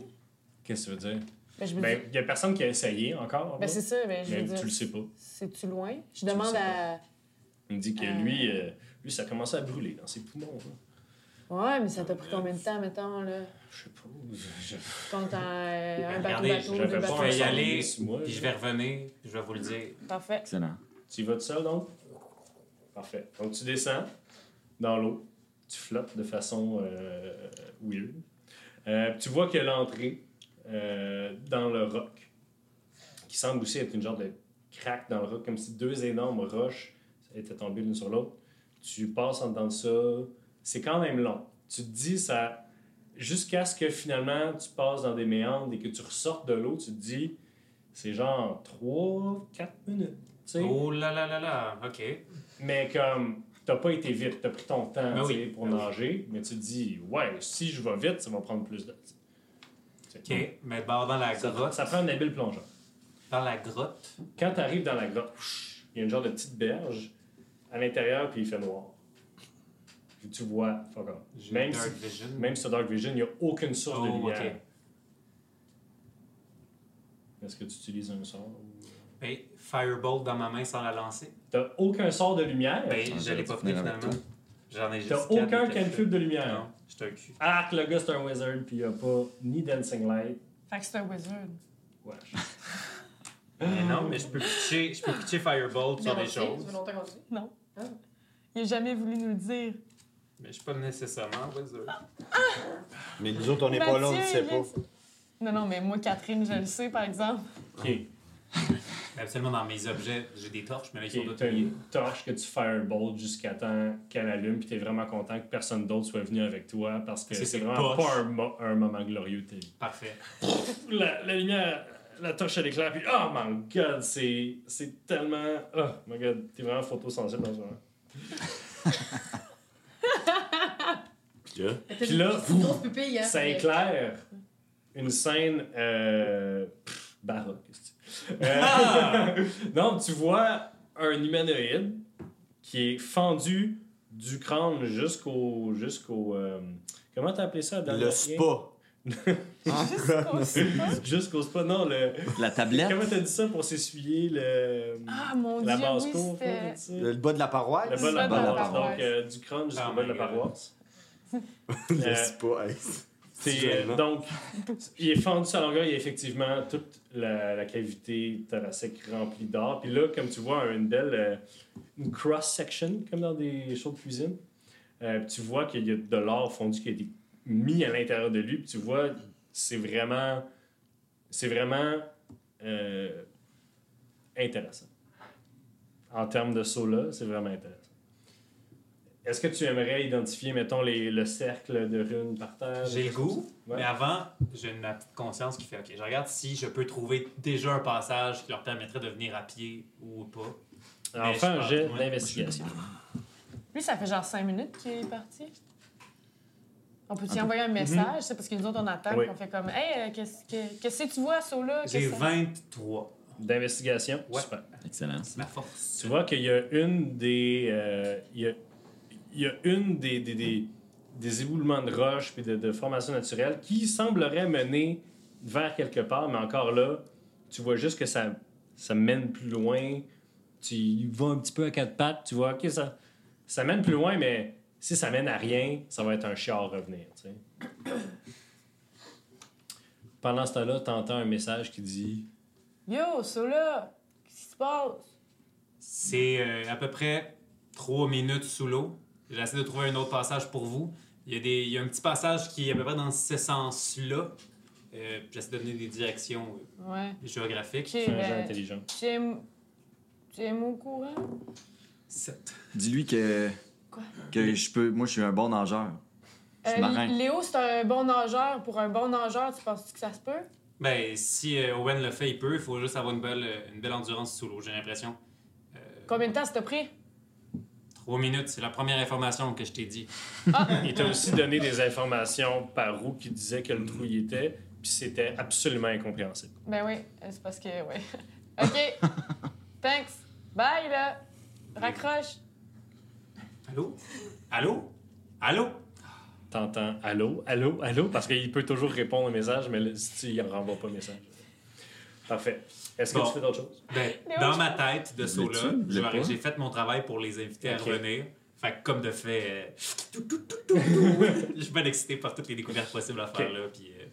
Speaker 1: Qu'est-ce que tu veux dire?
Speaker 5: Ben, je veux
Speaker 1: Ben,
Speaker 5: dire-
Speaker 1: il y a personne qui a essayé encore. là.
Speaker 5: ben c'est ça, ben, je veux
Speaker 1: mais
Speaker 5: dire...
Speaker 1: tu le sais pas.
Speaker 5: C'est-tu loin? Je
Speaker 1: le
Speaker 5: demande
Speaker 1: sais
Speaker 5: à...
Speaker 1: Il me dit que
Speaker 5: Euh.
Speaker 1: lui, euh, lui, ça a commencé à brûler dans ses poumons. là.
Speaker 5: Ouais, mais ça t'a pris combien de temps, mettons, là?
Speaker 1: Je sais pas. je- je-
Speaker 5: Quand t'as un
Speaker 7: Ben,
Speaker 5: bateau,
Speaker 7: regardez,
Speaker 5: bateau,
Speaker 1: j'avais
Speaker 5: deux
Speaker 1: pas
Speaker 5: bateaux...
Speaker 7: Je vais y
Speaker 1: un
Speaker 7: aller,
Speaker 1: sandwich, moi,
Speaker 7: puis je
Speaker 1: là.
Speaker 7: vais revenir, puis je vais vous le dire.
Speaker 5: Parfait.
Speaker 4: Excellent.
Speaker 1: Tu y vas tout seul, donc? Parfait. Donc, tu descends dans l'eau. Tu flottes de façon euh, weird. Euh, puis tu vois que l'entrée euh, dans le roc, qui semble aussi être une genre de craque dans le roc, comme si deux énormes roches étaient tombées l'une sur l'autre. Tu passes en dedans de ça. C'est quand même long. Tu te dis ça... Jusqu'à ce que finalement tu passes dans des méandres et que tu ressortes de l'eau, tu te dis, c'est genre 3-4 minutes. tu sais.
Speaker 7: Oh là là là là, ok.
Speaker 1: Mais comme, t'as pas été vite, t'as pris ton temps
Speaker 7: Ben
Speaker 1: tu sais,
Speaker 7: oui,
Speaker 1: pour
Speaker 7: ben oui.
Speaker 1: nager, mais tu te dis, ouais, si je vais vite, ça va prendre plus de temps.
Speaker 7: Ok, mais barre dans la
Speaker 1: Ça,
Speaker 7: grotte.
Speaker 1: ça prend un habile plongeur.
Speaker 3: Dans la grotte.
Speaker 1: Quand tu arrives dans la grotte, whoosh, il y a une genre de petite berge à l'intérieur, puis il fait noir. Puis tu vois, fuck off.
Speaker 3: J'ai
Speaker 1: Même,
Speaker 3: Dark
Speaker 1: si,
Speaker 3: Vision.
Speaker 1: même sur Dark Vision, il n'y a aucune source de
Speaker 3: Oh,
Speaker 1: lumière.
Speaker 3: ok.
Speaker 1: Est-ce que tu utilises un sort? ou-
Speaker 3: Ben, Firebolt dans ma main sans la lancer.
Speaker 1: T'as aucun sort de lumière.
Speaker 3: Ben, je l'ai
Speaker 4: j'allais
Speaker 3: pas pris
Speaker 4: finir avec
Speaker 3: finalement. J'en ai juste
Speaker 1: T'as
Speaker 3: quatre,
Speaker 1: aucun
Speaker 3: mais qu'est-ce
Speaker 1: cantrip
Speaker 3: que-
Speaker 1: de lumière.
Speaker 3: Non, j'étais un cul.
Speaker 1: Arc, le gars, c'est un wizard, puis il n'y a pas ni dancing light.
Speaker 5: Fait que c'est un wizard.
Speaker 1: Ouais.
Speaker 3: Mais
Speaker 1: Euh,
Speaker 3: non, mais je peux pitcher, je peux pitcher Firebolt sur des choses.
Speaker 5: Non. Il a jamais voulu nous le dire.
Speaker 3: Mais je suis pas nécessairement wizard.
Speaker 6: Mais nous autres, on n'est
Speaker 5: Mathieu,
Speaker 6: pas là, on ne sait
Speaker 5: il vient
Speaker 6: pas.
Speaker 5: de- Non, non, mais moi, Catherine, je le sais, par exemple.
Speaker 1: *laughs* Ok.
Speaker 3: Mais Absolument, dans mes objets, j'ai des torches, mais là, ils sont
Speaker 1: Ok,
Speaker 3: d'autres
Speaker 1: T'as une torche que tu firebolt jusqu'à temps qu'elle allume, puis t'es vraiment content que personne d'autre soit venu avec toi parce que
Speaker 3: C'est-
Speaker 1: c'est
Speaker 3: c'est
Speaker 1: vraiment
Speaker 3: poche.
Speaker 1: pas un, mo- un moment glorieux de ta vie.
Speaker 3: Parfait.
Speaker 1: La, la lumière, la torche elle éclaire, puis oh my god, c'est c'est tellement. Oh my god, t'es vraiment photosensible dans ce moment. Puis là,
Speaker 9: une grosse pupille, hein.
Speaker 1: Ça éclaire une scène euh, pff, baroque. qu'est-ce que tu- Euh, *laughs* non, tu vois un humanoïde qui est fendu du crâne jusqu'au. jusqu'au euh, comment t'as appelé ça dans
Speaker 6: Le spa.
Speaker 5: Jusqu'au spa.
Speaker 1: Jusqu'au spa. Non, le,
Speaker 4: La tablette.
Speaker 1: comment t'as dit ça pour s'essuyer le,
Speaker 5: Ah, mon
Speaker 1: la
Speaker 5: Dieu,
Speaker 1: basse
Speaker 5: oui,
Speaker 1: cour
Speaker 5: c'était...
Speaker 6: Le bas de la paroisse.
Speaker 1: Le bas de la
Speaker 5: Le bas de la
Speaker 1: paroisse.
Speaker 5: paroisse.
Speaker 1: Donc, euh, du crâne jusqu'au
Speaker 3: Oh
Speaker 1: bas de
Speaker 3: my
Speaker 1: la
Speaker 3: God.
Speaker 1: paroisse.
Speaker 10: Le
Speaker 1: Euh,
Speaker 10: spa, hey.
Speaker 1: C'est,
Speaker 10: Vraiment.
Speaker 1: donc, il est fendu sa longueur, il y a effectivement toute la, la cavité thoracique remplie d'or. Puis là, comme tu vois, une belle euh, une cross-section, comme dans des shows de cuisine. Euh, puis tu vois qu'il y a de l'or fondu qui a été mis à l'intérieur de lui. Puis tu vois, c'est vraiment, c'est vraiment euh, intéressant. En termes de saut-là, c'est vraiment intéressant. Est-ce que tu aimerais identifier, mettons, les, le cercle de runes par terre?
Speaker 3: J'ai le goût,
Speaker 1: Ouais.
Speaker 3: mais avant, j'ai ma petite conscience qui fait OK, je regarde si je peux trouver déjà un passage qui leur permettrait de venir à pied ou pas.
Speaker 1: Alors,
Speaker 3: Mais
Speaker 1: fais
Speaker 3: je
Speaker 1: Ah, un
Speaker 3: pense-
Speaker 1: jet
Speaker 3: ouais.
Speaker 1: d'investigation.
Speaker 5: Lui, ça fait genre cinq minutes qu'il est parti. On peut-tu envoyer un message? C'est parce que nous autres, on attaque,
Speaker 1: Oui.
Speaker 5: on fait comme « Hey, euh, qu'est-ce que, qu'est-ce que tu vois, Sola?
Speaker 3: J'ai
Speaker 5: Qu'est-ce que ça-
Speaker 3: 23.
Speaker 1: D'investigation,
Speaker 3: Ouais.
Speaker 1: super.
Speaker 4: Excellent.
Speaker 3: C'est ma force.
Speaker 1: Tu vois qu'il y a une des. euh, il, y a, il y a une des, des, des, des éboulements de roches puis de, de formations naturelles qui semblerait mener vers quelque part, mais encore là, tu vois juste que ça, ça mène plus loin. Tu y vas un petit peu à quatre pattes, tu vois, OK, ça, ça mène plus loin, mais si ça mène à rien, ça va être un chiard à revenir, tu sais. Pendant ce temps-là, t'entends un message qui dit
Speaker 5: Yo, Sola, qu'est-ce qui se passe?
Speaker 3: C'est euh, à peu près 3 minutes sous l'eau. J'essaie de trouver un autre passage pour vous. Il y a, des, il y a un petit passage qui est à peu près dans ce sens-là. Euh, J'essaie de donner des directions euh,
Speaker 5: Ouais.
Speaker 3: géographiques.
Speaker 5: Ok,
Speaker 1: Fais un jet
Speaker 5: ben,
Speaker 1: intelligent.
Speaker 5: tu es- tu es au courant?
Speaker 3: Sept.
Speaker 4: Dis-lui que.
Speaker 5: Quoi?
Speaker 4: Que je peux. Moi, je suis un bon nageur. Je suis
Speaker 5: Euh,
Speaker 4: marin.
Speaker 5: Léo, c'est un bon nageur. Pour un bon nageur, tu penses que ça se peut?
Speaker 6: Euh,
Speaker 3: Ben, si euh, Owen le fait, il peut. Il faut juste avoir une belle, euh, une belle endurance sous l'eau, j'ai l'impression.
Speaker 5: Combien de temps ça t'a pris?
Speaker 3: 3 minutes, c'est la première information que je t'ai dit.
Speaker 1: Il t'a aussi donné des informations par où qui disaient que le trou y était, puis c'était absolument incompréhensible.
Speaker 5: Ben oui, euh, c'est parce que, ouais. *laughs* OK.
Speaker 6: *laughs*
Speaker 5: Thanks. Bye, là. Raccroche.
Speaker 3: Allô? Allô? Allô?
Speaker 1: T'entends allô, allô, allô, parce qu'il peut toujours répondre au message, mais le- si tu il renvoie pas le message. Parfait. Est-ce que
Speaker 3: Bon.
Speaker 1: tu fais d'autres choses?
Speaker 3: Ben,
Speaker 5: Léo,
Speaker 3: dans
Speaker 5: je-
Speaker 3: ma tête de saut là,
Speaker 4: L'as-tu? L'as pas?
Speaker 3: j'ai fait mon travail pour les inviter
Speaker 1: Ok.
Speaker 3: à revenir. Fait que comme de fait, euh, tout, tout, tout, tout, tout. *laughs* je suis bien excité par toutes les découvertes possibles à faire là. Puis, euh,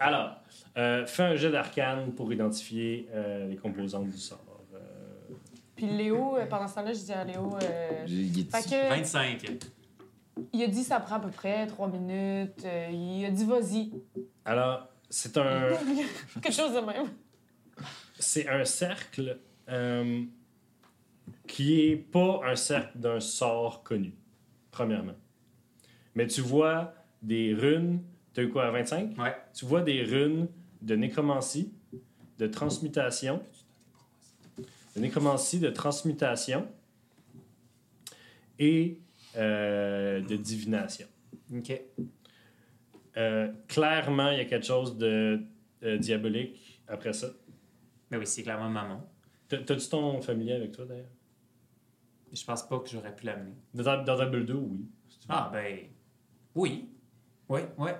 Speaker 1: Alors, euh, fais un jet d'arcane pour identifier euh, les composantes du sort. Euh,
Speaker 5: Puis Léo, euh, pendant ce temps-là, je dis à Léo... euh,
Speaker 4: J'ai- il est
Speaker 5: Fait
Speaker 4: ici.
Speaker 5: que,
Speaker 3: 25.
Speaker 5: il a dit ça prend à peu près trois minutes. Euh, il a dit vas-y. *laughs*
Speaker 1: Alors, c'est un,
Speaker 5: Quelque chose de même.
Speaker 1: c'est un cercle euh, qui est pas un cercle d'un sort connu, premièrement. Mais tu vois des runes, tu as eu quoi, 25?
Speaker 3: Ouais.
Speaker 1: Tu vois des runes de nécromancie, de transmutation, de nécromancie, de transmutation et euh, de divination.
Speaker 3: OK.
Speaker 1: Euh, clairement, il y a quelque chose de euh, diabolique après ça.
Speaker 3: Mais oui, c'est clairement maman.
Speaker 1: T'as- T'as-tu ton familier avec toi, d'ailleurs?
Speaker 3: Je pense pas que j'aurais pu l'amener.
Speaker 1: Dans ta, dans ta bulle 2, oui. si tu veux.
Speaker 3: Ah, ben. Oui. Oui, oui.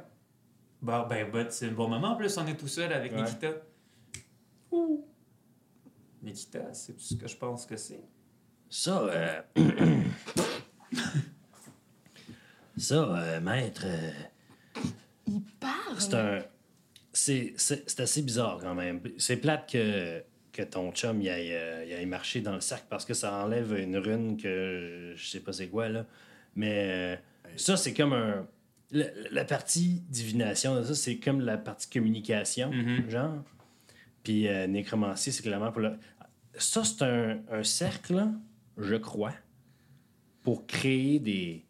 Speaker 3: Bah, ben, bah, c'est un bon moment. En plus, on est tout seul avec
Speaker 1: Ouais.
Speaker 3: Nikita. Nikita, c'est tout ce que je pense que c'est.
Speaker 11: Ça, euh, ça, euh, maître, euh,
Speaker 5: Il parle.
Speaker 11: c'est un, c'est, c'est, c'est assez bizarre quand même. C'est plate que, que ton chum y aille, euh, y aille marcher dans le sac parce que ça enlève une rune que je sais pas c'est quoi là. Mais euh, ça, c'est comme un, la, la partie divination, ça c'est comme la partie communication,
Speaker 3: Mhm.
Speaker 11: genre. Puis euh, nécromancie, c'est clairement pour le. Ça, c'est un, un cercle, là, je crois, pour créer des,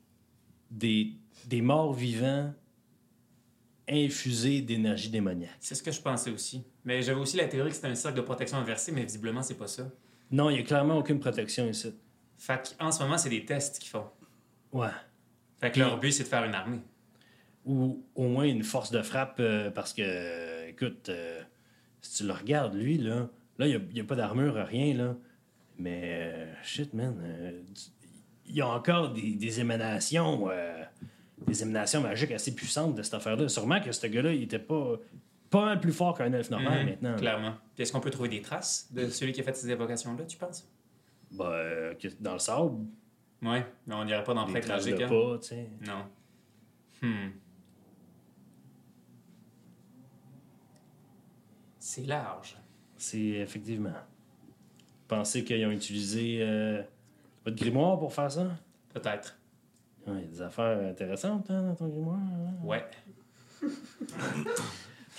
Speaker 11: des, des morts vivants infusés d'énergie démoniaque.
Speaker 3: C'est ce que je pensais aussi. Mais j'avais aussi la théorie que c'était un cercle de protection inversée, mais visiblement, c'est pas ça.
Speaker 11: Non, il n'y a clairement aucune protection ici.
Speaker 3: Fait qu'en ce moment, c'est des tests qu'ils font.
Speaker 11: Ouais.
Speaker 3: Fait que leur but, c'est de faire une armée.
Speaker 11: Ou au moins une force de frappe, euh, parce que, euh, écoute, euh, si tu le regardes, lui, là, là, il n'y a, pas d'armure, rien, là. Mais, euh, shit, man, euh, tu- il y a encore des, des émanations, euh, des émanations magiques assez puissantes de cette affaire-là. Sûrement que ce gars-là, il était pas, pas mal plus fort qu'un elfe normal
Speaker 3: Mhm,
Speaker 11: maintenant. là.
Speaker 3: Clairement. Puis est-ce qu'on peut trouver des traces de celui qui a fait ces évocations-là, tu penses?
Speaker 11: Bah, euh, que- dans le sable,
Speaker 3: Ouais, mais on n'irait pas dans
Speaker 11: des
Speaker 3: Prêtre
Speaker 11: traces
Speaker 3: Magique,
Speaker 11: de
Speaker 3: hein?
Speaker 11: pas, tu sais.
Speaker 3: Non. Hmm. C'est large.
Speaker 11: C'est effectivement. Pensez qu'ils ont utilisé euh, votre grimoire pour faire ça?
Speaker 3: Peut-être.
Speaker 11: Ouais, Il y a des affaires intéressantes hein, dans ton grimoire. hein?
Speaker 3: Ouais.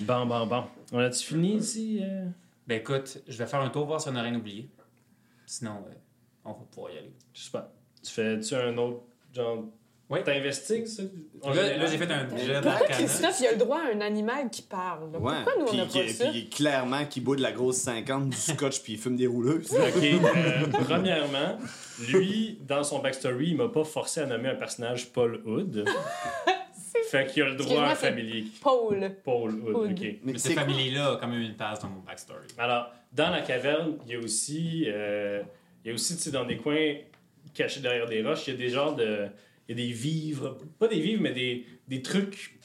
Speaker 11: Bon, bon, bon. On a-tu fini ici? euh?
Speaker 3: Ben écoute, je vais faire un tour voir si on n'a rien oublié. Sinon, euh, on va pouvoir y aller.
Speaker 1: Je sais pas. Tu fais-tu un autre genre.
Speaker 3: Ouais.
Speaker 1: T'investigues ça? En
Speaker 3: Là,
Speaker 1: général?
Speaker 3: là, j'ai fait un jet
Speaker 5: Pourquoi
Speaker 3: d'arcana.
Speaker 5: Christophe, il a le droit à un animal qui parle? là?
Speaker 6: Ouais.
Speaker 5: Pourquoi nous, on
Speaker 6: Puis
Speaker 5: n'a
Speaker 6: qui-
Speaker 5: pas ça?
Speaker 6: Puis clairement, qui boit de la grosse 50, du scotch, puis il fume des rouleuses.
Speaker 1: Ok, euh, premièrement, lui, dans son backstory, il m'a pas forcé à nommer un personnage Paul Hood.
Speaker 5: *laughs*
Speaker 1: fait qu'il a le droit à
Speaker 5: Excuse-moi,
Speaker 1: un
Speaker 5: c'est-
Speaker 1: familier qui-
Speaker 5: Paul.
Speaker 1: Paul Hood.
Speaker 5: Hood.
Speaker 1: ok.
Speaker 3: Mais cette famille-là a quand même une place dans mon backstory.
Speaker 1: Alors, dans la caverne, il y a aussi, euh, il y a aussi, tu sais, dans des coins cachés derrière des roches, il y a des genres de, il y a des vivres, pas des vivres, mais des, des trucs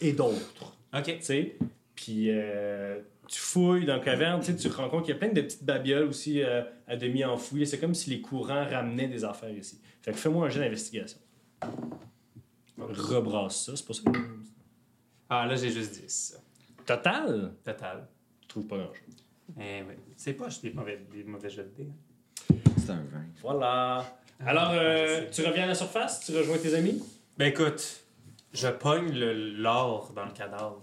Speaker 1: et d'autres,
Speaker 3: Ok.
Speaker 1: tu sais. Puis euh, tu fouilles dans la caverne, tu sais, tu rencontres qu'il y a plein de petites babioles aussi euh, à demi enfouies. C'est comme si les courants ramenaient des affaires ici. Fait que fais-moi un jeu d'investigation. Rebrasse ça, c'est pas ça.
Speaker 3: Ah, là, j'ai juste 10.
Speaker 11: Total?
Speaker 3: Total.
Speaker 1: Je trouve pas grand-chose.
Speaker 3: Eh oui. C'est pas des mauvais, des mauvais jeux de dés. hein.
Speaker 4: C'est un vin.
Speaker 1: Voilà. Alors, euh,
Speaker 3: Ah, je
Speaker 1: tu reviens à la surface, tu rejoins tes amis.
Speaker 3: Ben écoute, je pogne le- l'or dans le cadavre.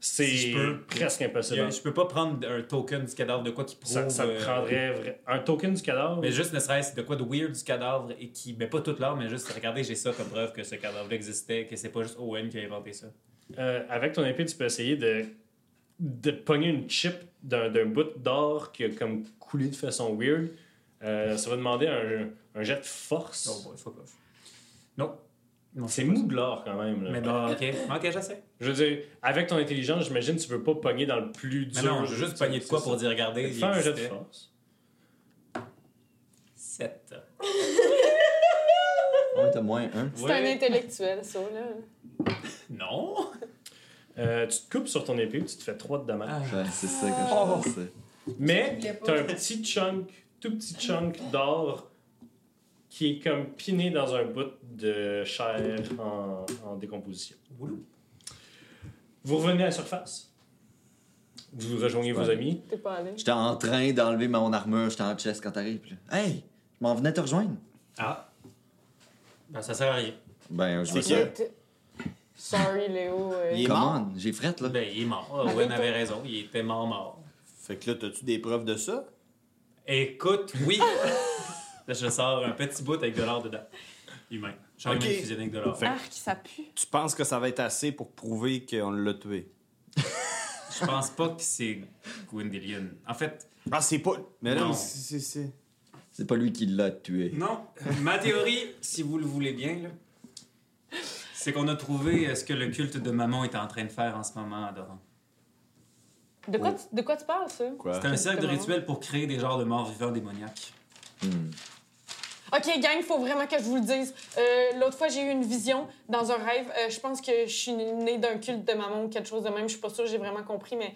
Speaker 1: C'est
Speaker 3: Si je peux.
Speaker 1: presque
Speaker 3: Il y
Speaker 1: impossible.
Speaker 3: a- Je peux pas prendre un token du cadavre de quoi qui prouve.
Speaker 1: Ça, ça te
Speaker 3: euh,
Speaker 1: prendrait vra- un token du cadavre.
Speaker 3: Mais juste ne serait-ce de quoi de weird du cadavre et qui. Mais pas toute l'or, mais juste regardez, j'ai ça comme preuve que ce cadavre-là existait, que c'est pas juste Owen qui a inventé ça.
Speaker 1: Euh, avec ton épée, tu peux essayer de, de pogner une chip d'un d'un bout d'or qui a comme coulé de façon weird. Euh, ça va demander un, un jet de
Speaker 3: Non,
Speaker 1: force.
Speaker 3: bon, Oh fuck off. Non. Non,
Speaker 1: C'est euh, mou de l'or quand même. là.
Speaker 3: Mais non, ok. Ok, j'essaie.
Speaker 1: Je veux dire, avec ton intelligence, j'imagine que tu veux pas pogner dans le plus
Speaker 3: Mais
Speaker 1: dur.
Speaker 3: non, je veux juste pogner de quoi
Speaker 1: C'est
Speaker 3: pour
Speaker 1: ça.
Speaker 3: dire, regardez.
Speaker 1: Fais un jet de force.
Speaker 3: 7.
Speaker 4: On est à moins un.
Speaker 5: C'est un intellectuel, ça, là.
Speaker 3: Non!
Speaker 1: Euh, tu te coupes sur ton épée, tu te fais 3 de dommages.
Speaker 4: Ouais, c'est ça que
Speaker 6: Oh!
Speaker 4: je pensais.
Speaker 1: Mais
Speaker 2: voulais pas.
Speaker 1: t'as un petit chunk, tout petit chunk d'or qui est comme piné dans un bout de chair en, en décomposition.
Speaker 3: Oulou.
Speaker 1: Vous revenez à la surface. Vous rejoignez vos
Speaker 4: Ouais.
Speaker 1: amis.
Speaker 5: T'es pas allé.
Speaker 4: J'étais en train d'enlever mon armure, j'étais en chest quand t'arrives. puis là, Hey, je m'en venais te rejoindre.
Speaker 3: Ah! Ben, ça sert à rien.
Speaker 4: Ben, je vois
Speaker 6: C'est
Speaker 4: ça.
Speaker 6: que-
Speaker 5: T'es- Sorry, Léo. euh,
Speaker 6: Il est mort.
Speaker 4: Come on, j'ai frette là.
Speaker 3: Ben, il est mort. Owen avait raison, il était mort-mort.
Speaker 6: Fait que là, t'as-tu des preuves de ça?
Speaker 3: Écoute, oui! Là, je sors un petit bout avec de l'or dedans. Humain. J'en ai
Speaker 6: Ok.
Speaker 3: même fusionné avec de l'or.
Speaker 5: Arc, ça pue.
Speaker 6: Tu penses que ça va être assez pour prouver qu'on l'a tué?
Speaker 3: Je pense pas que c'est Gwendolyn. En fait,
Speaker 6: Ah, c'est pas. Mais
Speaker 3: Non.
Speaker 6: non, c'est- c'est. c'est-
Speaker 4: C'est pas lui qui l'a tué.
Speaker 3: non. Ma théorie, si vous le voulez bien, là, c'est qu'on a trouvé euh, ce que le culte de Maman est en train de faire en ce moment à Doran.
Speaker 5: De quoi, tu, de quoi tu parles, ça?
Speaker 6: Quoi?
Speaker 3: C'est un cercle de
Speaker 5: Exactement.
Speaker 3: rituels pour créer des genres de morts vivants démoniaques.
Speaker 4: Hmm.
Speaker 5: OK, gang, faut vraiment que je vous le dise. Euh, L'autre fois, j'ai eu une vision dans un rêve. Euh, je pense que je suis née d'un culte de maman ou quelque chose de même. Je suis pas sûre, j'ai vraiment compris, mais...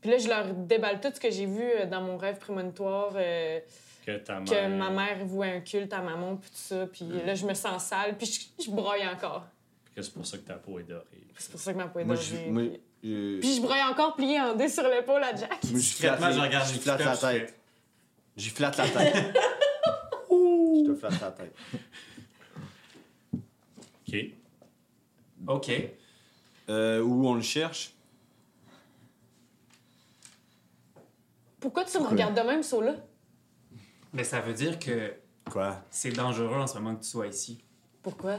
Speaker 5: Puis là, je leur déballe tout ce que j'ai vu euh, dans mon rêve prémonitoire, euh,
Speaker 1: Que ta mère.
Speaker 5: que ma mère vouait un culte à maman, puis tout ça. Puis là, je me sens sale, puis je, je broye encore.
Speaker 1: que c'est pour ça que ta peau est dorée.
Speaker 5: C'est pour ça que ma peau est
Speaker 6: Moi,
Speaker 5: dorée,
Speaker 6: je. moi,
Speaker 5: puis-
Speaker 6: je-
Speaker 5: Puis je broye encore plié en deux sur l'épaule à Jack.
Speaker 6: moi, je flatte
Speaker 7: Discrètement,
Speaker 6: les-
Speaker 7: je regarde
Speaker 6: je
Speaker 7: les
Speaker 6: flatte la
Speaker 7: culottes, je
Speaker 6: tête. J'y flatte la *laughs* tête. Je te flatte la tête.
Speaker 1: OK.
Speaker 3: OK.
Speaker 6: Euh, où on le cherche?
Speaker 5: Pourquoi tu me regardes de même, Sola?
Speaker 3: Mais ça veut dire que
Speaker 6: Quoi?
Speaker 3: c'est dangereux en ce moment que tu sois ici.
Speaker 5: Pourquoi?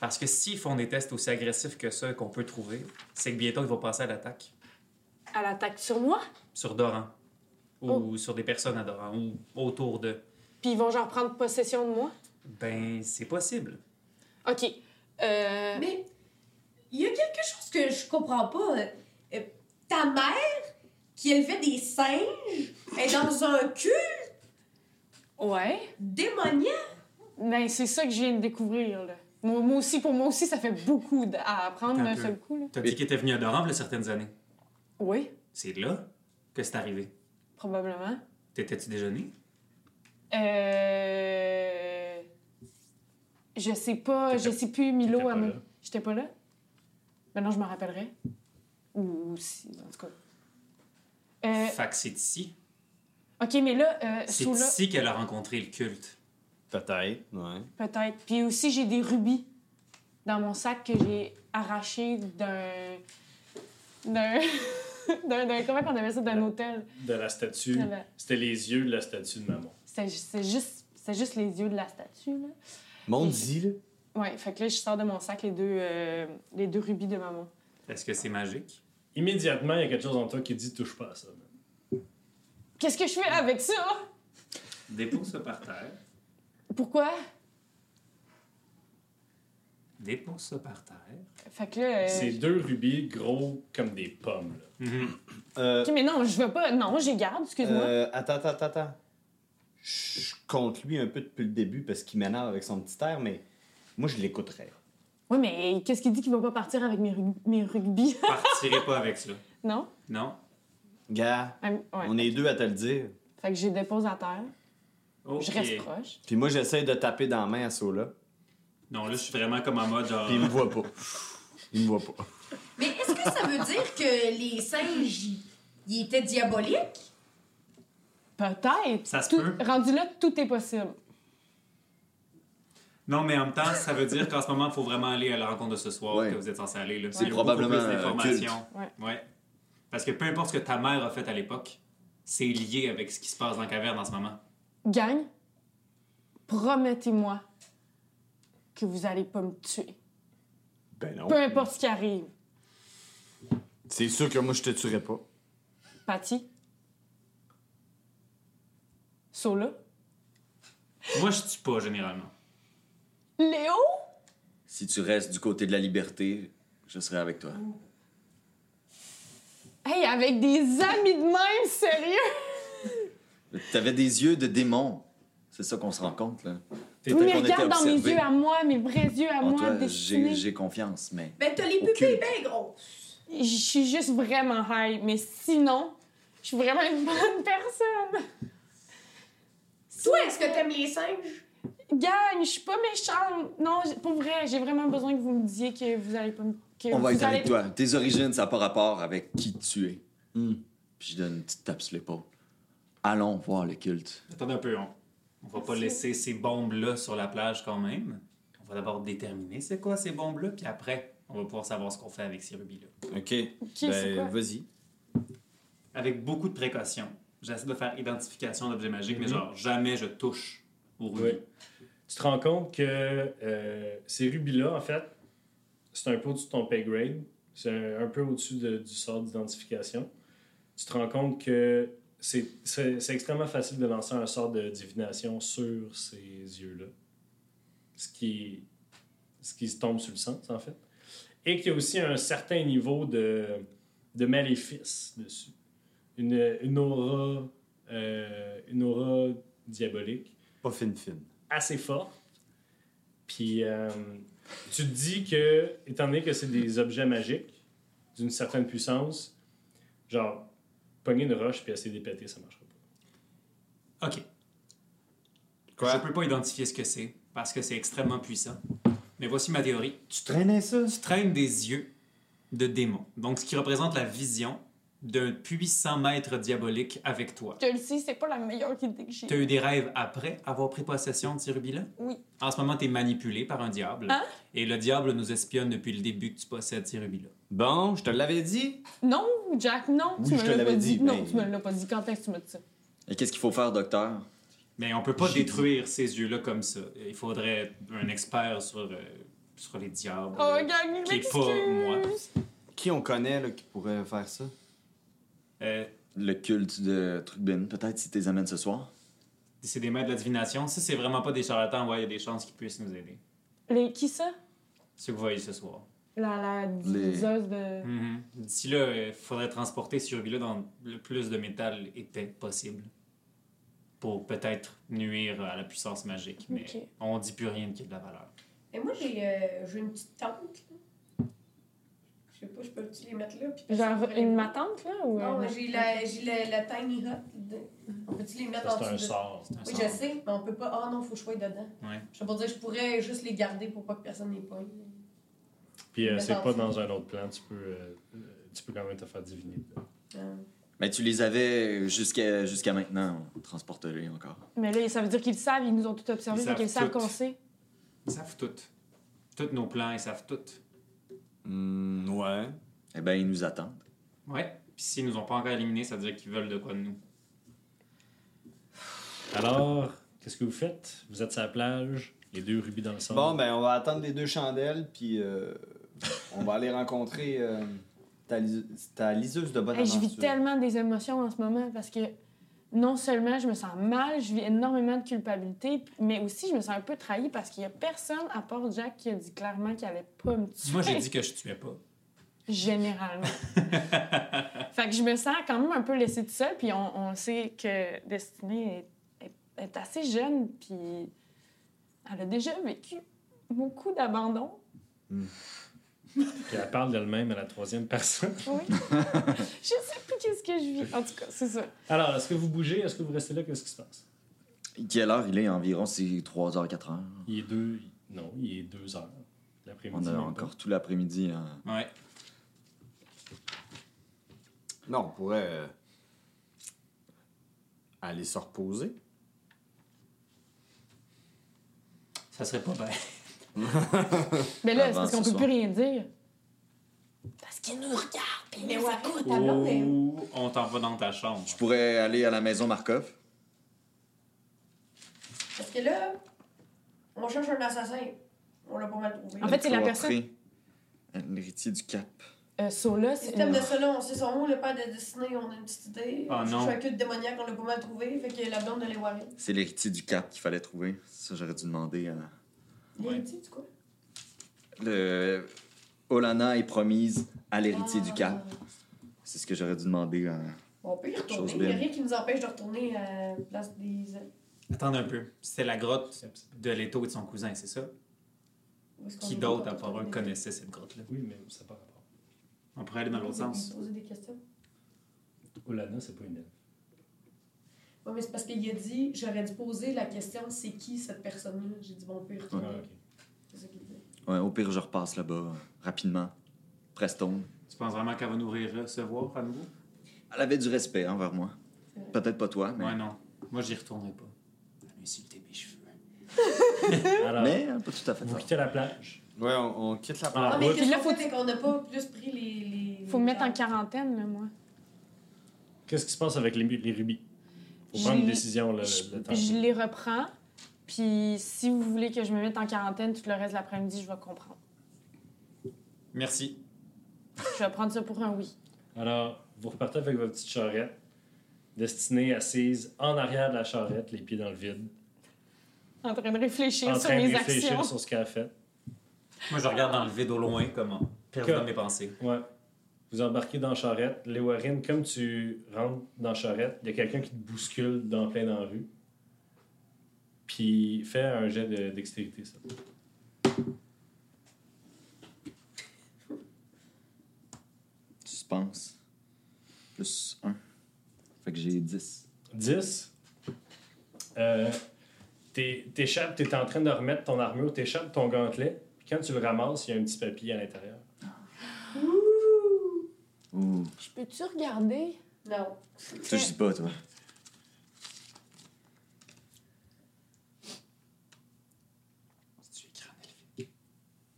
Speaker 3: Parce que s'ils font des tests aussi agressifs que ceux qu'on peut trouver, c'est que bientôt ils vont passer à l'attaque.
Speaker 5: Elle attaque sur moi,
Speaker 3: Sur Doran. Ou sur des personnes à Doran. Ou autour d'eux.
Speaker 5: puis ils vont genre prendre possession de moi.
Speaker 3: Ben, c'est possible.
Speaker 5: OK. Euh...
Speaker 2: Mais il y a quelque chose que je comprends pas. Euh, ta mère, qui élevait des singes, est dans un cul
Speaker 5: Ouais.
Speaker 2: démoniaque.
Speaker 5: Ben, c'est ça que je viens de découvrir, là. Moi, moi aussi, pour moi aussi, ça fait beaucoup d- à apprendre
Speaker 3: Un
Speaker 5: d'un
Speaker 3: peu.
Speaker 5: seul coup, là.
Speaker 3: T'as dit qu'il était venu à Doran il y a certaines années.
Speaker 5: Oui,
Speaker 3: C'est là que c'est arrivé.
Speaker 5: probablement.
Speaker 3: T'étais-tu déjeuné?
Speaker 5: Euh... Je sais pas, je
Speaker 1: T'étais-
Speaker 5: sais plus, Milo,
Speaker 1: t'étais
Speaker 5: à
Speaker 1: pas
Speaker 5: mon-
Speaker 1: là.
Speaker 5: J'étais pas là? Maintenant, je m'en rappellerai. Ou ou si, en tout cas. Euh,
Speaker 3: Fait que c'est ici.
Speaker 5: OK, mais là, euh,
Speaker 3: C'est
Speaker 5: sous là,
Speaker 3: ici qu'elle a rencontré le culte.
Speaker 6: Peut-être, ouais.
Speaker 5: peut-être. Puis aussi, j'ai des rubis dans mon sac que j'ai arraché d'un... d'un... *laughs* d'un... d'un- Comment on appelle ça? D'un hôtel.
Speaker 1: De la statue.
Speaker 5: De la-
Speaker 1: C'était les yeux de la statue de maman.
Speaker 5: C'est ju- c'est juste, c'est juste les yeux de la statue, là.
Speaker 6: Mondi, là.
Speaker 5: Ouais, fait que là, je sors de mon sac les deux, euh, les deux rubis de maman.
Speaker 3: Est-ce que c'est magique?
Speaker 1: Immédiatement, il y a quelque chose en toi qui dit touche pas à ça. man.
Speaker 5: Qu'est-ce que je fais avec ça?
Speaker 3: Dépose ça par terre.
Speaker 5: Pourquoi?
Speaker 3: Dépose ça par terre.
Speaker 5: Fait que là... euh,
Speaker 1: C'est deux rubis gros comme des pommes. là.
Speaker 6: Euh,
Speaker 5: OK, mais non, je veux pas... Non, j'y garde, excuse-moi.
Speaker 6: euh, attends, attends, attends, attends. Je compte lui un peu depuis le début parce qu'il m'énerve avec son petit air, mais moi, je l'écouterais.
Speaker 5: Oui, mais qu'est-ce qu'il dit qu'il va pas partir avec mes, rug- mes rugby? *laughs*
Speaker 3: Partirez pas avec ça.
Speaker 5: non?
Speaker 3: Non?
Speaker 6: Gars,
Speaker 5: Ah, Ouais.
Speaker 6: on est deux à te le dire.
Speaker 5: Fait que je les dépose à terre.
Speaker 3: Ok.
Speaker 5: Je reste proche.
Speaker 6: Puis moi, j'essaie de taper dans la main à Sola.
Speaker 3: Non, là, je suis vraiment comme en mode genre.
Speaker 6: Puis il me voit *laughs* pas. Il me voit pas.
Speaker 2: Mais est-ce que ça veut dire que les singes, ils- ils étaient diaboliques?
Speaker 5: Peut-être.
Speaker 3: Ça se
Speaker 5: Tout-
Speaker 3: peut.
Speaker 5: Rendu là, tout est possible.
Speaker 3: Non, mais en même temps, ça veut dire qu'en ce moment, il faut vraiment aller à la rencontre de ce soir
Speaker 4: Ouais.
Speaker 3: que vous êtes censé aller. là.
Speaker 5: C'est
Speaker 3: Il y a
Speaker 4: probablement
Speaker 3: beaucoup plus d'informations.
Speaker 5: un culte.
Speaker 3: Ouais. Parce que peu importe ce que ta mère a fait à l'époque, c'est lié avec ce qui se passe dans la caverne en ce moment.
Speaker 5: Gang, promettez-moi que vous allez pas me tuer.
Speaker 6: Ben non.
Speaker 5: Peu importe ce qui arrive.
Speaker 6: C'est sûr que moi, je te tuerais pas.
Speaker 5: Patty? Sola?
Speaker 3: Moi, je tue pas généralement.
Speaker 5: Léo?
Speaker 4: Si tu restes du côté de la liberté, je serai avec toi.
Speaker 5: Hey, avec des amis de même, sérieux?
Speaker 4: T'avais des yeux de démon. C'est ça qu'on se rend compte, là.
Speaker 1: T'étais-
Speaker 5: Oui,
Speaker 4: qu'on
Speaker 5: mais
Speaker 4: était
Speaker 5: regarde dans mes
Speaker 4: observé.
Speaker 5: yeux à moi, mes vrais yeux à
Speaker 4: En
Speaker 5: moi,
Speaker 4: toi, j'ai
Speaker 5: destinés.
Speaker 4: j'ai confiance, mais...
Speaker 2: Ben, t'as les
Speaker 4: Au
Speaker 2: pupilles
Speaker 4: cul.
Speaker 2: bien grosses.
Speaker 5: Je suis juste vraiment high, mais sinon, je suis vraiment une bonne personne.
Speaker 2: Toi, est-ce que t'aimes les singes?
Speaker 5: Gagne, je suis pas méchante. Non, j- pour vrai, j'ai vraiment besoin que vous me disiez que vous allez pas me... que
Speaker 4: On va
Speaker 5: vous
Speaker 4: être avec
Speaker 5: allez-
Speaker 4: toi. Tes origines, ça n'a pas rapport avec qui tu es. Puis je donne une petite tape sur l'épaule. Allons voir le culte.
Speaker 3: Attendez un peu, on, on va pas laisser ces bombes-là sur la plage quand même. On va d'abord déterminer c'est quoi ces bombes-là, puis après, on va pouvoir savoir ce qu'on fait avec ces rubis-là.
Speaker 6: OK.
Speaker 5: c'est quoi?
Speaker 6: ben, vas-y.
Speaker 3: Avec beaucoup de précautions, j'essaie de faire identification d'objets magiques, mais genre, jamais je touche aux rubis.
Speaker 1: Ouais. Tu te rends compte que euh, ces rubis-là, en fait, c'est un peu au-dessus de ton pay grade. C'est un, un peu au-dessus de- du sort d'identification. Tu te rends compte que c'est c'est- c'est extrêmement facile de lancer un sort de divination sur ces yeux-là. Ce qui, ce qui se tombe sur le sens, en fait. Et qu'il y a aussi un certain niveau de de maléfice dessus. Une, une aura, euh, une aura diabolique
Speaker 6: Pas fine fine.
Speaker 1: assez forte. Puis euh, tu te dis que, étant donné que c'est des objets magiques d'une certaine puissance, genre, pogner une roche puis essayer de péter, ça marchera pas.
Speaker 3: Ok.
Speaker 6: Quoi?
Speaker 3: Je peux pas identifier ce que c'est parce que c'est extrêmement puissant. Mais voici ma théorie.
Speaker 6: Tu traînais ça?
Speaker 3: Tu traînes des yeux de démons. Donc, ce qui représente la vision d'un puissant maître diabolique avec toi.
Speaker 5: Je le sais, c'est pas la meilleure idée que
Speaker 3: Tu as
Speaker 5: j'ai.
Speaker 3: eu des rêves après avoir pris possession de ces rubis-là?
Speaker 5: Oui.
Speaker 3: En ce moment, tu es manipulé par un diable.
Speaker 5: Hein?
Speaker 3: Et le diable nous espionne depuis le début que tu possèdes ces rubis-là.
Speaker 6: Bon, je te l'avais dit.
Speaker 5: Non, Jack, non.
Speaker 6: Oui,
Speaker 5: tu me
Speaker 6: je te
Speaker 5: l'as pas
Speaker 6: l'avais
Speaker 5: dit.
Speaker 6: dit,
Speaker 5: Non,
Speaker 6: mais-
Speaker 5: tu me l'as pas dit. Quand est-ce que tu me dis ça?
Speaker 4: Et qu'est-ce qu'il faut faire, docteur?
Speaker 3: Mais on peut pas
Speaker 4: J'ai
Speaker 3: détruire ces yeux-là comme ça. Il faudrait un expert sur, euh, sur les diables. euh,
Speaker 5: Oh, gang, une
Speaker 3: qui est pas moi.
Speaker 5: excuse.
Speaker 6: Qui on connaît là, qui pourrait faire ça?
Speaker 3: Euh,
Speaker 4: Le culte de Trucbin, peut-être, si tu les amènes ce soir.
Speaker 3: c'est des maîtres de la divination. Si c'est vraiment pas des charlatans, ouais, il y a des chances qu'ils puissent nous aider.
Speaker 5: Les... Qui ça?
Speaker 3: C'est que vous voyez ce soir.
Speaker 5: La, la diviseuse de...
Speaker 3: Mhm. D'ici là, il faudrait transporter ces rubis-là dans le plus de métal épais possible. Pour peut-être nuire à la puissance magique. Mais
Speaker 5: Ok.
Speaker 3: on dit plus rien qui a de la valeur.
Speaker 2: Et moi, j'ai euh, j'ai une petite tente. là. Je sais pas, je peux-tu les mettre là? Puis
Speaker 5: Genre une matante, là? Ou...
Speaker 2: Non,
Speaker 5: euh,
Speaker 2: mais j'ai la, j'ai la, la tiny hut. De... On peut-tu les mettre
Speaker 12: Ça,
Speaker 2: en
Speaker 12: c'est un
Speaker 2: dessous? de-
Speaker 12: sort.
Speaker 3: C'est un
Speaker 2: Oui,
Speaker 3: sort.
Speaker 2: je sais, mais on peut pas. Ah non, faut que je sois dedans.
Speaker 3: Ouais.
Speaker 2: Je sais pas dire, je pourrais juste les garder pour pas que personne les pogne.
Speaker 1: Puis euh,
Speaker 2: Mais
Speaker 1: c'est
Speaker 2: dans-
Speaker 1: pas dans un autre plan, tu peux, euh, euh, tu peux quand même te faire deviner.
Speaker 2: Euh,
Speaker 4: Mais tu les avais jusqu'à jusqu'à maintenant. Transporte-les encore.
Speaker 5: Mais là, ça veut dire qu'ils le savent, ils nous ont tout observé,
Speaker 3: Ils
Speaker 5: donc ils
Speaker 3: savent
Speaker 5: savent
Speaker 3: tout.
Speaker 5: qu'on sait.
Speaker 3: Ils savent tout. Tous nos plans, ils savent tout.
Speaker 6: Hmm, ouais.
Speaker 4: Eh bien, ils nous attendent.
Speaker 3: Ouais. Puis s'ils nous ont pas encore éliminés, ça veut dire qu'ils veulent de quoi de nous.
Speaker 1: Alors, qu'est-ce que vous faites? Vous êtes sur la plage, les deux rubis dans le sort.
Speaker 6: Bon, ben, on va attendre les deux chandelles, puis euh, on va aller rencontrer euh, ta, lis- ta liseuse de bonne
Speaker 5: Hey, je vis
Speaker 6: aventure.
Speaker 5: tellement des émotions en ce moment parce que non seulement je me sens mal, je vis énormément de culpabilité, mais aussi je me sens un peu trahie parce qu'il y a personne à part Jack qui a dit clairement qu'il allait pas me tuer.
Speaker 3: Moi, j'ai dit que je tuais pas. *laughs*
Speaker 5: Généralement. fait que je me sens quand même un peu laissée toute seule, puis on, on sait que Destinée est, est- est assez jeune, puis elle a déjà vécu beaucoup d'abandon.
Speaker 1: Puis elle parle d'elle-même à la troisième personne. *laughs*
Speaker 5: Oui. *laughs* je sais plus qu'est-ce que je vis. En tout cas, c'est ça.
Speaker 1: Alors, est-ce que vous bougez? Est-ce que vous restez là? Qu'est-ce qui se passe?
Speaker 4: Quelle heure il est environ? C'est 3h, 4h.
Speaker 1: Il est deux... Non, il est deux heures. L'après-midi.
Speaker 4: On a
Speaker 1: même
Speaker 4: encore tout l'après-midi. hein.
Speaker 3: Ouais.
Speaker 6: Non, on pourrait euh, aller se reposer.
Speaker 3: Ça serait pas bête.
Speaker 5: Mais là, c'est
Speaker 4: Avant
Speaker 5: parce
Speaker 4: ce
Speaker 5: qu'on peut
Speaker 4: soir.
Speaker 5: plus rien dire.
Speaker 2: Parce qu'ils nous regardent, puis ils nous écoutent.
Speaker 1: Oh.
Speaker 3: Ou on t'en va dans ta chambre.
Speaker 4: Je pourrais aller à la maison Markov.
Speaker 2: Parce que là, on cherche un assassin. On l'a pas mal trouvé.
Speaker 5: En fait, c'est la personne-
Speaker 4: Cloîtré. L'héritier du cap.
Speaker 5: Euh, Sola,
Speaker 2: Les
Speaker 5: c'est.
Speaker 2: thèmes de ça, là, on sait son nom, le père de Disney, on a une petite idée.
Speaker 3: Ah,
Speaker 2: je
Speaker 3: non.
Speaker 2: suis un culte démoniaque, on l'a pas mal trouvé. Fait que la blonde de les Warren.
Speaker 4: C'est l'héritier du cap qu'il fallait trouver. Ça, j'aurais dû demander hein. à...
Speaker 3: Ouais.
Speaker 2: L'héritier, tu quoi?
Speaker 4: Le... Olana est promise à l'héritier
Speaker 2: Ah.
Speaker 4: du cap. C'est ce que j'aurais dû demander hein. à...
Speaker 2: On peut y retourner.
Speaker 4: Chose
Speaker 2: Il n'y a
Speaker 4: bien.
Speaker 2: rien qui nous empêche de retourner à la place des. Où
Speaker 3: Attends un peu. C'était la grotte de Leto et de son cousin, c'est ça?
Speaker 2: est-ce qu'on
Speaker 3: Qui
Speaker 2: est
Speaker 3: d'autre,
Speaker 2: pas
Speaker 3: à part eux,
Speaker 2: retourné?
Speaker 3: connaissait cette grotte-là?
Speaker 1: Oui, mais ça n'a pas rapport.
Speaker 3: On pourrait aller dans l'autre sens.
Speaker 2: On peut poser des questions.
Speaker 1: Olana, c'est pas une elfe.
Speaker 2: Oui, mais c'est parce qu'il a dit, j'aurais dû poser la question, c'est qui cette personne-là? J'ai dit, bon, on peut y retourner.
Speaker 1: Ah, ok.
Speaker 2: C'est ça qu'il dit.
Speaker 4: Ouais, au pire, je repasse là-bas, euh, rapidement. Preston.
Speaker 3: Tu penses vraiment qu'elle va nous recevoir à nouveau?
Speaker 4: Elle avait du respect envers moi. Peut-être pas toi, mais...
Speaker 3: Ouais, non. Moi, j'y retournerai pas. Elle a insulté mes cheveux.
Speaker 5: Hein?
Speaker 1: Alors,
Speaker 4: Mais euh, pas tout à fait
Speaker 1: vous
Speaker 4: tort.
Speaker 1: quittez la plage.
Speaker 6: Ouais, on, on quitte la
Speaker 1: Ah,
Speaker 2: Non,
Speaker 1: Ah,
Speaker 2: mais
Speaker 1: ouais.
Speaker 2: qu'est-ce
Speaker 5: Là,
Speaker 2: qu'on
Speaker 5: faut-
Speaker 2: fait, c'est qu'on n'a pas plus pris les. les...
Speaker 5: Faut me mettre en quarantaine, là, moi.
Speaker 1: Qu'est-ce qui se passe avec les, les rubis? Faut
Speaker 5: Je-
Speaker 1: prendre une décision, là,
Speaker 5: Je,
Speaker 1: le, le temps.
Speaker 5: je les reprends, puis si vous voulez que je me mette en quarantaine tout le reste de l'après-midi, je vais comprendre.
Speaker 3: Merci.
Speaker 5: Je vais prendre ça pour un oui.
Speaker 1: Alors, vous repartez avec votre petite charrette, destinée assise en arrière de la charrette, les pieds dans le vide,
Speaker 5: En train de réfléchir
Speaker 1: en
Speaker 5: sur
Speaker 1: train
Speaker 5: mes
Speaker 1: de réfléchir
Speaker 5: actions.
Speaker 1: sur ce qu'elle a fait.
Speaker 3: Moi, je regarde dans le vide au loin, comment perdre
Speaker 1: Que-
Speaker 3: dans mes pensées.
Speaker 1: Ouais. Vous embarquez dans la charrette. Les Warren, comme tu rentres dans la charrette, il y a quelqu'un qui te bouscule dans plein dans la rue. Puis fais un jet de dextérité, ça.
Speaker 4: Suspense. Plus 1. Fait que j'ai 10.
Speaker 1: 10. Euh, t'es- t'échappes, t'es en train de remettre ton armure, t'échappes ton gantelet. Puis quand tu le ramasses, il y a un petit papier à l'intérieur.
Speaker 4: Ouh.
Speaker 5: Je peux-tu regarder?
Speaker 2: Non.
Speaker 4: Ça, je dis pas, toi.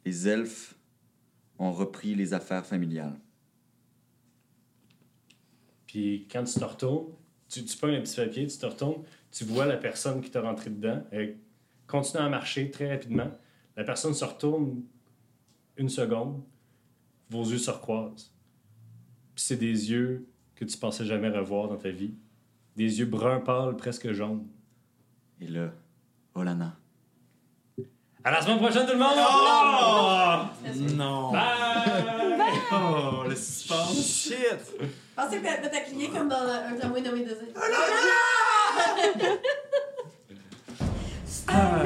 Speaker 4: Les elfes ont repris les affaires familiales.
Speaker 1: Puis quand tu te retournes, tu, tu pognes le petit papier, tu te retournes, tu vois la personne qui t'a rentré dedans. Elle continue à marcher très rapidement. La personne se retourne une seconde. Vos yeux se recroisent. Puis c'est des yeux que tu pensais jamais revoir dans ta vie. Des yeux brun pâle, presque jaunes.
Speaker 4: Et là, Olana.
Speaker 1: À la semaine prochaine, tout le monde!
Speaker 6: Non.
Speaker 1: Bye!
Speaker 3: Oh, le suspense.
Speaker 6: Shit!
Speaker 2: Pensez que t'as crié comme dans un tamouin nommé désir.
Speaker 3: Ah,